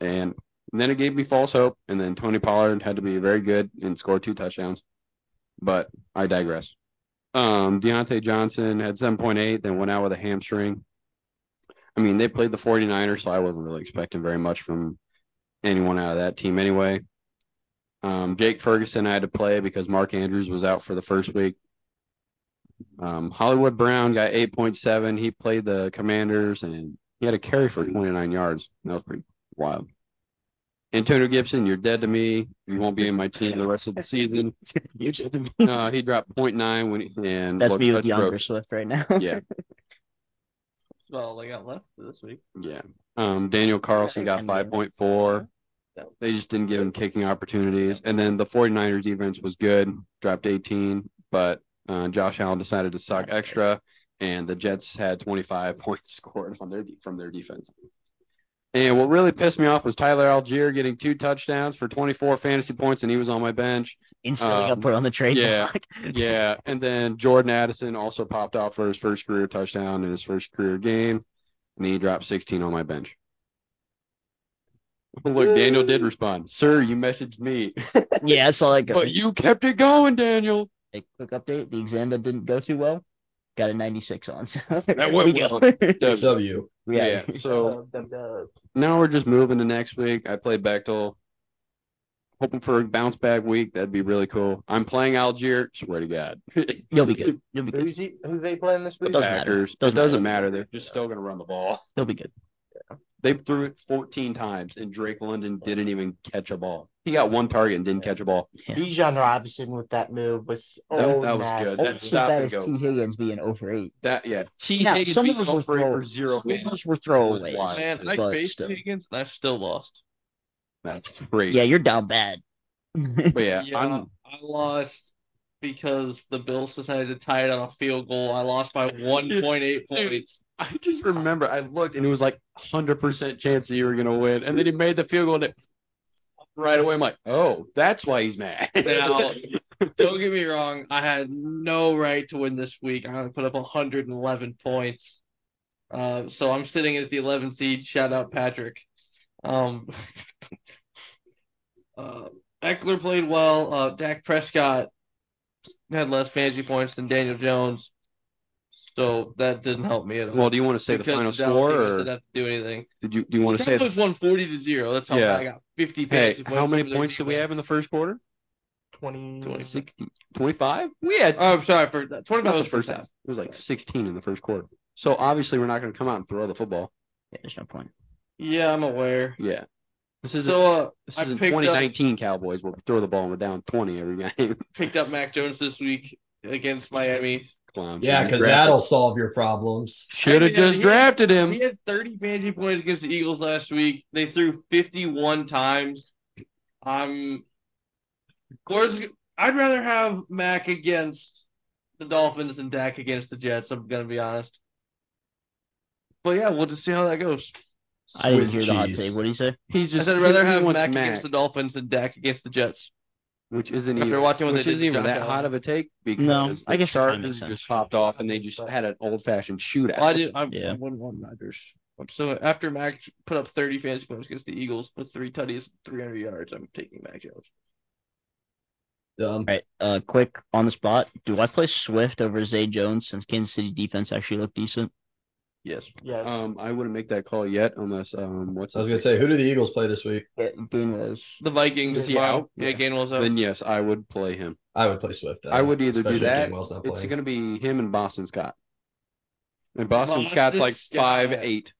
Speaker 2: And, then it gave me false hope. And then Tony Pollard had to be very good and score two touchdowns. But I digress. Um, Deontay Johnson had 7.8, then went out with a hamstring. I mean, they played the 49ers, so I wasn't really expecting very much from anyone out of that team anyway. Um, Jake Ferguson I had to play because Mark Andrews was out for the first week. Um, Hollywood Brown got 8.7. He played the Commanders and he had a carry for 29 yards. That was pretty wild. Antonio Gibson, you're dead to me. You won't be in my team the rest of the
Speaker 1: [LAUGHS]
Speaker 2: season.
Speaker 1: Huge enemy.
Speaker 2: Uh, he dropped 0.9 when he, and
Speaker 1: That's
Speaker 2: looked
Speaker 1: me with
Speaker 2: touch broke.
Speaker 1: Younger Swift right now. [LAUGHS]
Speaker 2: Yeah,
Speaker 3: Well, I got left for this week.
Speaker 2: yeah. Um, Daniel Carlson got 5.4. They just didn't give him kicking opportunities. And then the 49ers defense was good, dropped 18, but uh, Josh Allen decided to suck extra, and the Jets had 25 [LAUGHS] points scored on their from their defense. And what really pissed me off was Tyler Algier getting two touchdowns for 24 fantasy points, and he was on my bench.
Speaker 1: Instantly
Speaker 2: Um,
Speaker 1: got put on the trade
Speaker 2: yeah.
Speaker 1: block. [LAUGHS]
Speaker 2: Yeah, and then Jordan Addison also popped off for his first career touchdown in his first career game, and he dropped 16 on my bench. Look, Daniel did respond. Sir, you messaged me,
Speaker 1: [LAUGHS] yeah, I saw that go.
Speaker 2: but you kept it going, Daniel.
Speaker 1: a quick update: the exam that didn't go too well got a 96 on. So [LAUGHS]
Speaker 2: That
Speaker 1: we
Speaker 2: went
Speaker 1: go.
Speaker 2: well. Yeah,
Speaker 4: W.
Speaker 1: yeah.
Speaker 2: So
Speaker 5: Dub, dub, dub.
Speaker 2: now we're just moving to next week. I play Bechtel. Hoping for a bounce back week. That'd be really cool. I'm playing Algier. Swear to God.
Speaker 1: you'll be good. You'll be good.
Speaker 5: Who's he, who they playing this week?
Speaker 1: Doesn't matter.
Speaker 2: Packers.
Speaker 1: Doesn't
Speaker 2: it doesn't
Speaker 1: matter.
Speaker 2: matter. They're just still going to run the ball.
Speaker 1: You'll be good.
Speaker 2: They threw it 14 times, and Drake London didn't even catch a ball. He got one target and didn't catch a ball.
Speaker 1: Yeah.
Speaker 5: Bijan Robinson with that move was so
Speaker 2: That- that was
Speaker 5: nasty.
Speaker 2: good.
Speaker 1: Almost
Speaker 2: That
Speaker 1: as
Speaker 2: stop
Speaker 1: bad
Speaker 2: and go.
Speaker 1: as T Higgins being over eight.
Speaker 2: That yeah. T
Speaker 1: Now,
Speaker 2: Higgins
Speaker 1: some
Speaker 2: beat
Speaker 1: of those were
Speaker 2: Humphrey for
Speaker 1: throws.
Speaker 2: zero
Speaker 1: Some of
Speaker 2: fans.
Speaker 1: those were
Speaker 2: It was
Speaker 1: throwaways.
Speaker 2: wild.
Speaker 3: Man,
Speaker 2: too.
Speaker 3: I
Speaker 1: But
Speaker 3: faced
Speaker 1: still.
Speaker 3: Higgins and I still lost.
Speaker 2: That's great.
Speaker 1: Yeah, you're down bad. [LAUGHS]
Speaker 2: But yeah, I'm
Speaker 3: I lost because the Bills decided to tie it on a field goal. I lost [LAUGHS] by 1.8 points.
Speaker 2: I just remember I looked and it was like 100% chance that you were going to win. And then he made the field goal and it, right away. I'm like, oh, that's why he's mad.
Speaker 3: Now, [LAUGHS] don't get me wrong, I had no right to win this week. I only put up 111 points. Uh, so I'm sitting as the 11 seed. Shout out Patrick. Um, [LAUGHS] uh, Eckler played well. Uh, Dak Prescott had less fantasy points than Daniel Jones, so that didn't help me at
Speaker 2: [LAUGHS]
Speaker 3: all.
Speaker 2: well, do you want to say the
Speaker 3: Because
Speaker 2: final
Speaker 3: Dallas
Speaker 2: score
Speaker 3: Cowboys
Speaker 2: or
Speaker 3: didn't have to do anything.
Speaker 2: did you, do you want to say,
Speaker 3: Cowboys won 40 to zero. That's how
Speaker 2: Yeah.
Speaker 3: I got 50
Speaker 2: hey,
Speaker 3: fantasy points.
Speaker 2: how many
Speaker 3: over their
Speaker 2: points did we
Speaker 3: defense.
Speaker 2: have in the first quarter?
Speaker 5: 20,
Speaker 2: 60, 25? We had
Speaker 3: Oh, I'm sorry for 25
Speaker 2: Not the
Speaker 3: was
Speaker 2: first half. It was like 16 in the first quarter. So obviously we're not going to come out and throw the football.
Speaker 1: Yeah, there's no point.
Speaker 3: Yeah, I'm aware.
Speaker 2: Yeah. This isn't
Speaker 3: So uh,
Speaker 2: this
Speaker 3: I
Speaker 2: isn't
Speaker 3: picked up-
Speaker 2: 2019 Cowboys where we throw the ball and we're down 20 every [LAUGHS] game.
Speaker 3: picked up Mac Jones this week against Miami.
Speaker 2: Clowns.
Speaker 4: Yeah, because that'll solve your problems.
Speaker 2: should have
Speaker 3: I mean,
Speaker 2: just
Speaker 3: he-
Speaker 2: drafted
Speaker 3: He
Speaker 2: him.
Speaker 3: had 30 fantasy points against the Eagles last week. They threw 51 times. I'm, of course, I'd rather have Mac against the Dolphins than Dak against the Jets. I'm gonna be honest. But yeah, we'll just see how that goes.
Speaker 1: I didn't
Speaker 4: Swiss
Speaker 1: hear the hot
Speaker 4: cheese.
Speaker 1: take. What do you say?
Speaker 2: He's
Speaker 3: Just
Speaker 2: just
Speaker 3: I'd rather
Speaker 2: he
Speaker 3: have
Speaker 2: wants
Speaker 3: Mac, against the Dolphins than Dak against the Jets.
Speaker 2: which isn't
Speaker 3: After
Speaker 2: even
Speaker 3: watching what
Speaker 2: which
Speaker 3: they did
Speaker 2: isn't
Speaker 3: to
Speaker 2: even
Speaker 3: Josh
Speaker 2: that
Speaker 3: Allen.
Speaker 2: hot of a take because the
Speaker 1: I guess it kinda makes
Speaker 2: Chargers
Speaker 1: sense.
Speaker 2: just popped off and they just had an old fashioned shootout.
Speaker 3: Well, I did. I,
Speaker 1: Yeah.
Speaker 3: I wouldn't want Rodgers. So after Mac put up 30 fantasy points against the Eagles with three tutties, 300 yards, I'm taking Mac Jones.
Speaker 4: Um,
Speaker 1: All right, uh, quick on the spot. Do I play Swift over Zay Jones since Kansas City defense actually looked decent?
Speaker 3: Yes.
Speaker 5: Yes.
Speaker 2: Um, I wouldn't make that call yet unless um, what's
Speaker 4: I was
Speaker 2: his
Speaker 4: gonna say, who do the Eagles play this week?
Speaker 1: Yeah, Gainwell's.
Speaker 3: The Vikings.
Speaker 2: Is he
Speaker 3: well,
Speaker 2: out?
Speaker 3: Yeah,
Speaker 2: Yeah.
Speaker 3: Gainwell's
Speaker 2: name?
Speaker 3: out.
Speaker 2: Then yes, I would play him.
Speaker 4: I would play Swift. uh,
Speaker 2: I would either
Speaker 4: especially
Speaker 2: do
Speaker 4: if
Speaker 2: that.
Speaker 4: Gainwell's not
Speaker 2: It's
Speaker 4: playing.
Speaker 2: going to be him and Boston Scott. And Boston,
Speaker 3: Boston
Speaker 2: Scott's like
Speaker 3: Scott.
Speaker 2: five eight.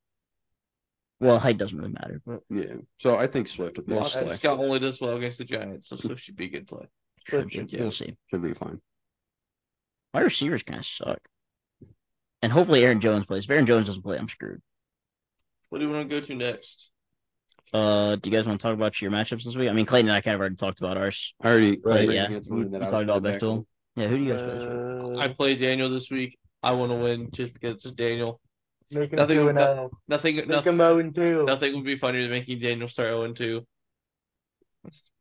Speaker 1: Well, height doesn't really matter. But
Speaker 2: Yeah. So I think Swift will be
Speaker 3: Well,
Speaker 2: able to play.
Speaker 3: Scott only does well against the Giants, so Swift should be a good play.
Speaker 1: should
Speaker 2: Swift,
Speaker 1: be.
Speaker 2: yeah.
Speaker 1: We'll see.
Speaker 2: Should be fine.
Speaker 1: My receivers kind of suck. And hopefully Aaron Jones plays. If Aaron Jones doesn't play, I'm screwed.
Speaker 3: What do you want to go to next?
Speaker 1: Uh, do you guys want to talk about your matchups this week? I mean, Clayton and I kind of already talked about ours.
Speaker 2: I already played
Speaker 4: Right,
Speaker 1: yeah.
Speaker 2: against
Speaker 1: We-
Speaker 2: one that
Speaker 1: we
Speaker 2: I
Speaker 1: talked
Speaker 2: would
Speaker 1: about
Speaker 2: play back
Speaker 1: Bechtel.
Speaker 2: on.
Speaker 1: Yeah, who do
Speaker 5: Uh,
Speaker 1: you guys play? this week?
Speaker 3: I play Daniel this week. I want to win just because it's Daniel.
Speaker 5: make him
Speaker 3: nothing-
Speaker 5: two and oh.
Speaker 3: Nothing.
Speaker 5: Make
Speaker 3: Nothing.
Speaker 5: him zero and two.
Speaker 3: Nothing would be funnier than making Daniel start 0 2.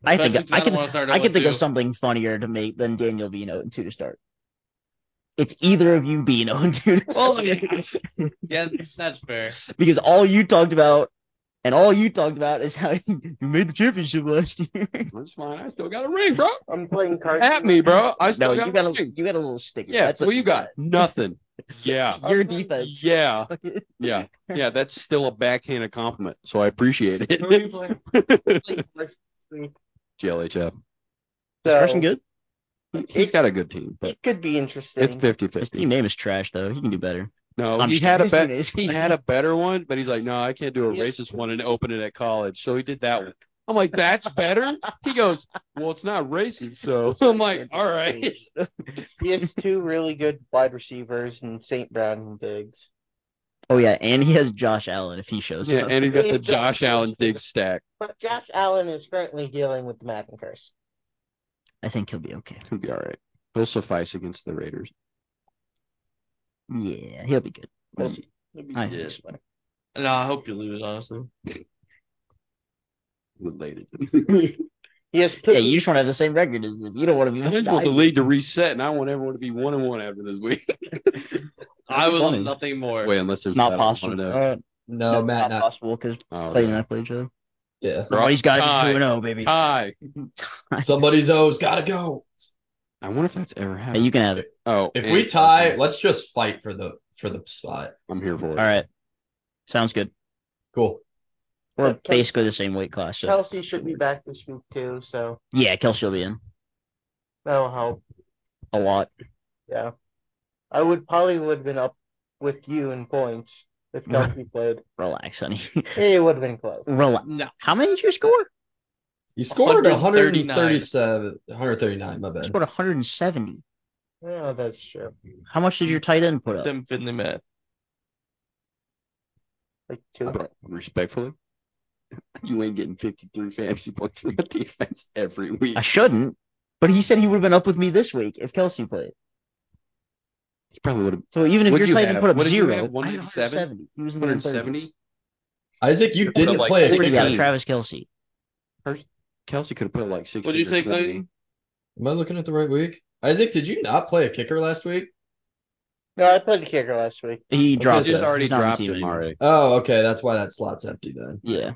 Speaker 1: I think
Speaker 3: Especially 'cause
Speaker 1: I
Speaker 3: don't
Speaker 1: can
Speaker 3: wanna start
Speaker 1: I can
Speaker 3: 0-2.
Speaker 1: think of something funnier to make than Daniel being 0 2 to start. It's either of you
Speaker 3: [LAUGHS]
Speaker 1: being 0 2 to start.
Speaker 3: Well, yeah, yeah, that's fair.
Speaker 1: because all you talked about and all you talked about is how [LAUGHS] you made the championship last
Speaker 2: [LAUGHS]
Speaker 1: year.
Speaker 2: That's fine. I still got a ring, bro.
Speaker 5: I'm playing cards.
Speaker 2: At me, bro. I
Speaker 1: no,
Speaker 2: still
Speaker 1: you
Speaker 2: got,
Speaker 1: got
Speaker 2: a
Speaker 1: a [LAUGHS]
Speaker 2: ring.
Speaker 1: you got a little sticker.
Speaker 2: Yeah.
Speaker 1: That's
Speaker 2: what you
Speaker 1: [LAUGHS]
Speaker 2: got? Nothing. Yeah.
Speaker 1: Your defense.
Speaker 2: Yeah.
Speaker 1: [LAUGHS]
Speaker 2: Yeah. Yeah. That's still a backhanded compliment. So I appreciate it.
Speaker 1: [LAUGHS]
Speaker 5: Who are you playing? Playing cards.
Speaker 2: GLHF.
Speaker 1: Is Carson
Speaker 5: So
Speaker 1: good?
Speaker 2: He's got a good team, but
Speaker 5: it could be interesting.
Speaker 2: it's 50
Speaker 1: His team
Speaker 2: 50.
Speaker 1: name is trash though. He can do better.
Speaker 2: No,
Speaker 1: I'm
Speaker 2: he
Speaker 1: just
Speaker 2: had, a
Speaker 1: kidding.
Speaker 2: bet.
Speaker 1: His team
Speaker 2: he
Speaker 1: is-
Speaker 2: had a better one, but he's like, no, I can't do
Speaker 1: [LAUGHS]
Speaker 2: a racist one and open it at college. So he did that one. I'm like, that's better? He goes, well, it's not racist. So [LAUGHS] I'm like, all right.
Speaker 5: He has two really good wide receivers and St. Brown and Diggs.
Speaker 1: Oh yeah, and he has Josh Allen if he shows
Speaker 2: Yeah,
Speaker 1: up.
Speaker 2: and he got the Josh Allen dig stack.
Speaker 5: But Josh Allen is currently dealing with the Madden curse.
Speaker 1: I think he'll be okay.
Speaker 2: He'll be all right. He'll suffice against the Raiders.
Speaker 1: Yeah, he'll be good.
Speaker 5: We'll
Speaker 1: Mm,
Speaker 5: see.
Speaker 1: I
Speaker 3: Yeah.
Speaker 1: think so.
Speaker 3: No, I hope you lose, honestly.
Speaker 1: [LAUGHS]
Speaker 2: Related.
Speaker 5: He has
Speaker 1: Yeah,
Speaker 5: Pooh.
Speaker 1: you just want to have the same record as them. You don't want to be.
Speaker 2: I just want the league to reset, and I want everyone to be one and one after this week. [LAUGHS]
Speaker 3: I would love
Speaker 1: funny.
Speaker 3: nothing more.
Speaker 2: Wait, unless there's
Speaker 1: Not
Speaker 2: battle, I
Speaker 1: possible.
Speaker 2: wanna know.
Speaker 1: Uh,
Speaker 4: No,
Speaker 1: no,
Speaker 4: Matt,
Speaker 1: not
Speaker 4: not.
Speaker 1: possible because
Speaker 2: Oh,
Speaker 1: Clay
Speaker 2: no.
Speaker 1: and I play each other.
Speaker 4: Yeah.
Speaker 1: [LAUGHS]
Speaker 2: We're all
Speaker 1: Nobody's got
Speaker 2: tied.
Speaker 1: it. 0 oh, baby.
Speaker 2: Tie.
Speaker 4: Somebody's O's got to go.
Speaker 2: I wonder if that's ever
Speaker 1: Hey,
Speaker 2: happened.
Speaker 1: you can have it.
Speaker 2: oh,
Speaker 4: If
Speaker 2: and-
Speaker 4: we tie, let's just fight for the for the spot.
Speaker 2: I'm here for it.
Speaker 1: All right, sounds good.
Speaker 4: Cool.
Speaker 1: We're
Speaker 5: Yeah, Kel-
Speaker 1: basically the same weight class. So.
Speaker 5: Kelsey should be back this week too, so
Speaker 1: Yeah, Kelsey will be in
Speaker 5: that'll help.
Speaker 1: a lot.
Speaker 5: Yeah. I would probably would have been up with you in points if Kelsey played.
Speaker 1: Relax, honey. [LAUGHS]
Speaker 5: It would have been close.
Speaker 1: Relax.
Speaker 3: No.
Speaker 1: How many did you score?
Speaker 4: You scored
Speaker 3: 139.
Speaker 4: 137, 139. My
Speaker 1: You
Speaker 4: bad.
Speaker 1: scored 170.
Speaker 5: Yeah, that's true.
Speaker 1: How much did your tight end put up?
Speaker 3: Them Finley Matt.
Speaker 5: Like two.
Speaker 2: Bro, respectfully, you ain't getting 53 fantasy points from a defense every week.
Speaker 1: I shouldn't, but he said he would have been up with me this week if Kelsey played.
Speaker 2: He probably would have
Speaker 1: So even if
Speaker 2: What'd
Speaker 1: your
Speaker 2: you
Speaker 1: tight end
Speaker 2: have?
Speaker 1: put up
Speaker 2: What did you
Speaker 1: zero,
Speaker 2: have?
Speaker 1: I had
Speaker 2: 187?
Speaker 1: 170. He was in the
Speaker 2: 170.
Speaker 1: 170.
Speaker 4: Isaac, you
Speaker 2: put up
Speaker 4: didn't
Speaker 2: like
Speaker 4: play a
Speaker 2: 60.
Speaker 1: Pretty out of
Speaker 2: 16.
Speaker 1: Travis Kelsey.
Speaker 2: Kelsey could have put up like 60.
Speaker 3: What'd you say, Clayton?
Speaker 4: Am I looking at the right week? Isaac, did you not play a kicker last week?
Speaker 5: No, I played a kicker last week.
Speaker 1: He dropped
Speaker 2: just
Speaker 1: it.
Speaker 2: already
Speaker 1: He's not on the
Speaker 2: dropped
Speaker 1: team
Speaker 2: him
Speaker 1: anymore.
Speaker 2: [LAUGHS] already.
Speaker 4: Oh, okay. That's why that slot's empty then.
Speaker 1: Yeah.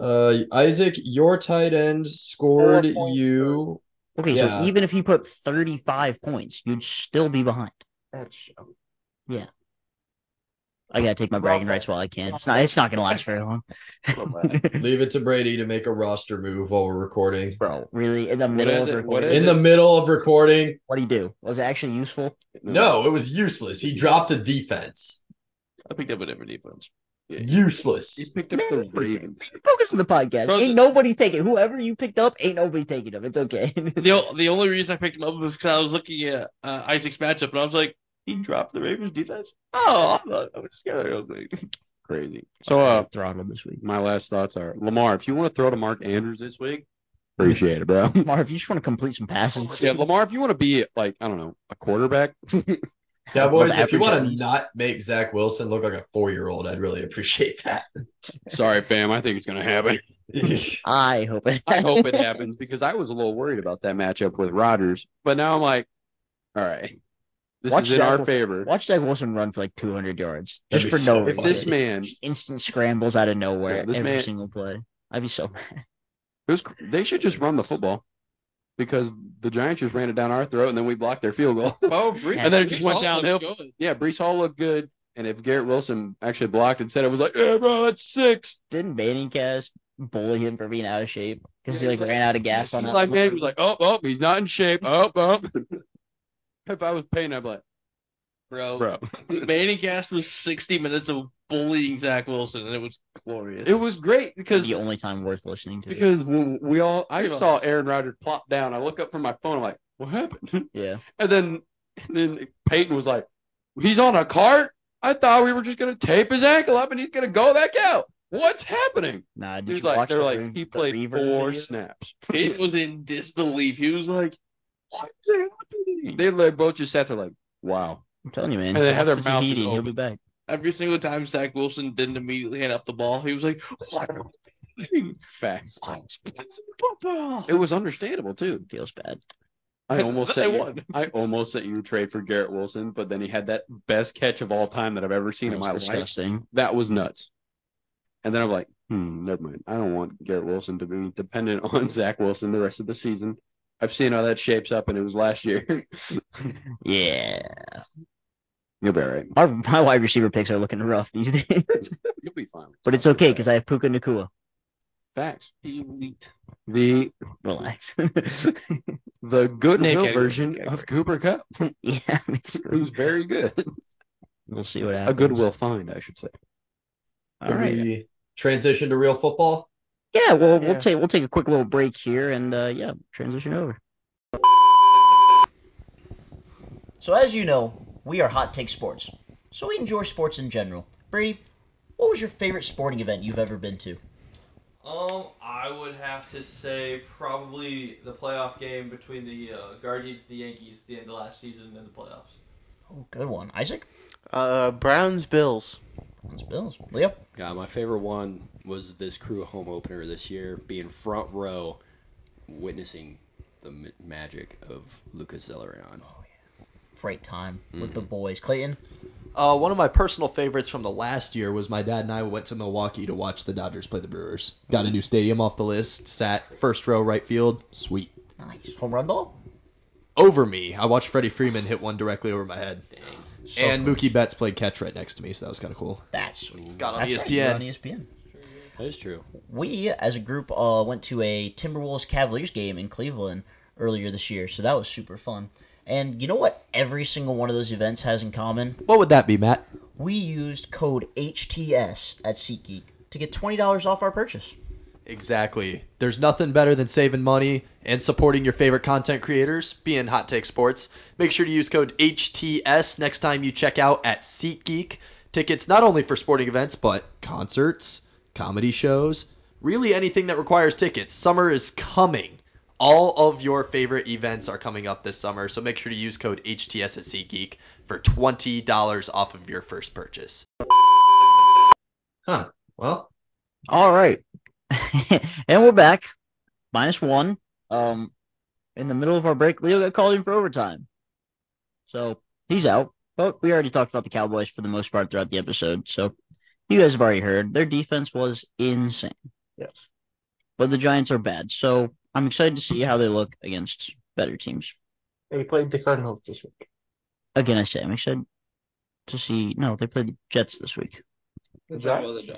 Speaker 4: Uh, Isaac, your tight end scored
Speaker 5: Four points.
Speaker 4: you.
Speaker 1: Okay,
Speaker 4: Yeah.
Speaker 1: so even if he put up 35 points, you'd still be behind.
Speaker 5: That's true.
Speaker 1: I gotta take my bragging rights while I can. It's not. It's not gonna last very long,
Speaker 4: Leave it to Brady to make a roster move while we're recording.
Speaker 1: bro. Really, in the
Speaker 2: What
Speaker 1: middle
Speaker 2: is
Speaker 1: of
Speaker 2: it?
Speaker 1: recording.
Speaker 2: What is
Speaker 4: In
Speaker 2: it?
Speaker 4: the middle of recording.
Speaker 1: What do you do? Was it actually useful?
Speaker 4: [LAUGHS] No, it was useless. He dropped a defense.
Speaker 3: I picked up a different defense.
Speaker 2: He
Speaker 4: Useless.
Speaker 2: picked up the Ravens.
Speaker 1: Focus on the podcast.
Speaker 3: Bro, the-
Speaker 1: ain't nobody taking. Whoever you picked up, ain't nobody taking them. It's okay. [LAUGHS]
Speaker 3: The, o- the only reason I picked him up was because I was looking at uh, Isaac's matchup and I was like, he dropped the Ravens defense. Oh, I'm, not, I'm just gonna go [LAUGHS]
Speaker 2: Crazy. So, uh,
Speaker 1: throttle this week.
Speaker 2: my last thoughts are Lamar, if you want to throw to Mark Andrews this week, appreciate it, [LAUGHS] bro.
Speaker 1: Marv, you just want to complete some passes.
Speaker 2: yeah, Lamar, if you want to be like, I don't know, a quarterback,
Speaker 4: Yeah,
Speaker 1: Well,
Speaker 4: boys,
Speaker 1: the
Speaker 4: if you want to
Speaker 1: average-
Speaker 4: not make Zach Wilson look like a four year old, I'd really appreciate
Speaker 6: [LAUGHS]
Speaker 4: that.
Speaker 2: sorry, fam, I think it's going to happen.
Speaker 1: I hope it. [LAUGHS]
Speaker 2: I hope it happens because I was a little worried about that matchup with Rodgers, but now I'm like, all right, this
Speaker 1: Watch
Speaker 2: is in
Speaker 1: that
Speaker 2: our
Speaker 1: one.
Speaker 2: favor.
Speaker 1: Watch Zach Wilson run for like 200 yards
Speaker 4: That'd
Speaker 1: just
Speaker 4: be
Speaker 1: for no
Speaker 4: so funny.
Speaker 1: reason.
Speaker 2: If this man,
Speaker 1: Just instant scrambles out of nowhere
Speaker 2: Yeah, this
Speaker 1: every
Speaker 2: man-
Speaker 1: single play. I'd be so [LAUGHS] mad.
Speaker 2: it was, they should just run the football because the Giants just ran it down our throat and then we blocked their field goal. [LAUGHS]
Speaker 3: Oh, Brees.
Speaker 1: And
Speaker 2: then it just went
Speaker 3: Brees
Speaker 2: downhill.
Speaker 3: looked good.
Speaker 2: yeah, Brees Hall looked good. And if Garrett Wilson actually blocked and said it was like, yeah, bro, that's six.
Speaker 1: didn't Manning cast bully him for being out of shape because he
Speaker 2: Yeah,
Speaker 1: like
Speaker 2: he's
Speaker 1: ran out of gas on
Speaker 2: Eli
Speaker 1: that?
Speaker 2: Manning was like, oh, oh, he's not in shape. Oh, oh. [LAUGHS] if I was paying, I'd be like,
Speaker 3: Bro,
Speaker 2: bro.
Speaker 3: [LAUGHS] Manning Cast was 60 minutes of bullying Zach Wilson, and it was glorious.
Speaker 2: It was great because
Speaker 1: the only time worth listening to.
Speaker 2: because when we all I
Speaker 3: Pretty much.
Speaker 2: saw Aaron Rodgers plop down. I look up from my phone. I'm like, what happened?
Speaker 1: yeah,
Speaker 2: And then and then Peyton was like, he's on a cart. I thought we were just gonna tape his ankle up and he's gonna go back out. What's happening?
Speaker 1: nah. Did
Speaker 2: He's
Speaker 1: you
Speaker 2: like,
Speaker 1: watch
Speaker 2: they're
Speaker 1: the
Speaker 2: like,
Speaker 1: re-
Speaker 2: he
Speaker 1: the
Speaker 2: played
Speaker 1: reverb
Speaker 2: four
Speaker 1: video? [LAUGHS]
Speaker 2: snaps.
Speaker 3: Peyton was in disbelief. He was like, what is happening?
Speaker 2: They like, both just sat there like, wow.
Speaker 1: I'm telling you, man.
Speaker 2: And they
Speaker 1: it's
Speaker 2: had their
Speaker 1: Austin
Speaker 2: mouths
Speaker 1: Tahiti, He'll
Speaker 2: open.
Speaker 1: be back.
Speaker 3: Every single time Zach Wilson didn't immediately hand up the ball, he was like, what are we doing?
Speaker 2: Facts.
Speaker 3: It's football.
Speaker 2: It was understandable too.
Speaker 1: Feels bad.
Speaker 2: I almost
Speaker 1: [LAUGHS]
Speaker 3: They
Speaker 2: sent you,
Speaker 3: won.
Speaker 2: I almost sent you a trade for Garrett Wilson, but then he had that best catch of all time that I've ever seen in
Speaker 1: It's
Speaker 2: my life.
Speaker 1: disgusting.
Speaker 2: That was nuts. And then I'm like, Hmm, never mind. I don't want Garrett Wilson to be dependent [LAUGHS] on Zach Wilson the rest of the season. I've seen how that shapes up, and it was last year. [LAUGHS]
Speaker 1: Yeah.
Speaker 2: You'll be all right.
Speaker 1: Our, my wide receiver picks are looking rough these [LAUGHS] days,
Speaker 2: You'll be fine.
Speaker 1: but it's okay because I have Puka Nakua.
Speaker 2: facts.
Speaker 3: Elite.
Speaker 2: The
Speaker 1: Relax. [LAUGHS]
Speaker 2: the goodwill
Speaker 3: Nick Egbert.
Speaker 2: version of Cooper Cup,
Speaker 1: yeah,
Speaker 2: [LAUGHS]
Speaker 1: basically.
Speaker 2: who's very good.
Speaker 1: we'll see what
Speaker 2: A
Speaker 1: happens.
Speaker 2: goodwill find, I should say.
Speaker 1: All
Speaker 4: Did
Speaker 1: right.
Speaker 4: we transition to real football?
Speaker 1: Yeah, well, we'll
Speaker 5: Yeah.
Speaker 1: take we'll take a quick little break here and uh, yeah, transition over.
Speaker 7: So, as you know, we are Hot Take Sports, so we enjoy sports in general. Brady, what was your favorite sporting event you've ever been to?
Speaker 3: Um, I would have to say probably the playoff game between the uh, Guardians and the Yankees at the end of last season and the playoffs.
Speaker 7: Oh, good one. Isaac?
Speaker 5: Uh, Browns Bills.
Speaker 7: That's Bills. Leo?
Speaker 6: God, my favorite one was this crew home opener this year, being front row, witnessing the m- magic of Lucas Zelarion.
Speaker 7: Great time with the boys. Clayton?
Speaker 6: Uh, one of my personal favorites from the last year was my dad and I went to Milwaukee to watch the Dodgers play the Brewers. Got a new stadium off the list. Sat first row right field. Sweet.
Speaker 7: Nice. Home run ball?
Speaker 6: Over me, I watched Freddie Freeman hit one directly over my head.
Speaker 7: So
Speaker 6: and
Speaker 7: cool.
Speaker 6: Mookie Betts played catch right next to me, so that was kind of cool.
Speaker 7: That's sweet.
Speaker 6: Got on E
Speaker 7: That's Right,
Speaker 6: ESPN.
Speaker 7: you're on E ESPN.
Speaker 6: That is true.
Speaker 7: We, as a group, uh, went to a Timberwolves Cavaliers game in Cleveland earlier this year, so that was super fun. And you know what every single one of those events has in common?
Speaker 6: What would that be, Matt?
Speaker 7: We used code HTS at SeatGeek to get $20 off our purchase.
Speaker 6: Exactly. There's nothing better than saving money and supporting your favorite content creators, being Hot Take Sports. Make sure to use code HTS next time you check out at SeatGeek. Tickets not only for sporting events, but concerts, comedy shows, really anything that requires tickets. Summer is coming. All of your favorite events are coming up this summer, so make sure to use code HTS at SeatGeek for $20 off of your first purchase.
Speaker 4: Huh. Well,
Speaker 2: All right.
Speaker 1: [LAUGHS] and we're back, minus one. Um, in the middle of our break, Leo got called in for overtime, so he's out. But we already talked about the Cowboys for the most part throughout the episode, so you guys have already heard their defense was insane.
Speaker 5: Yes.
Speaker 1: But the Giants are bad, so I'm excited to see how they look against better teams.
Speaker 5: They played the Cardinals this week.
Speaker 1: Again, I say I'm excited to see. No, they played the Jets this week. The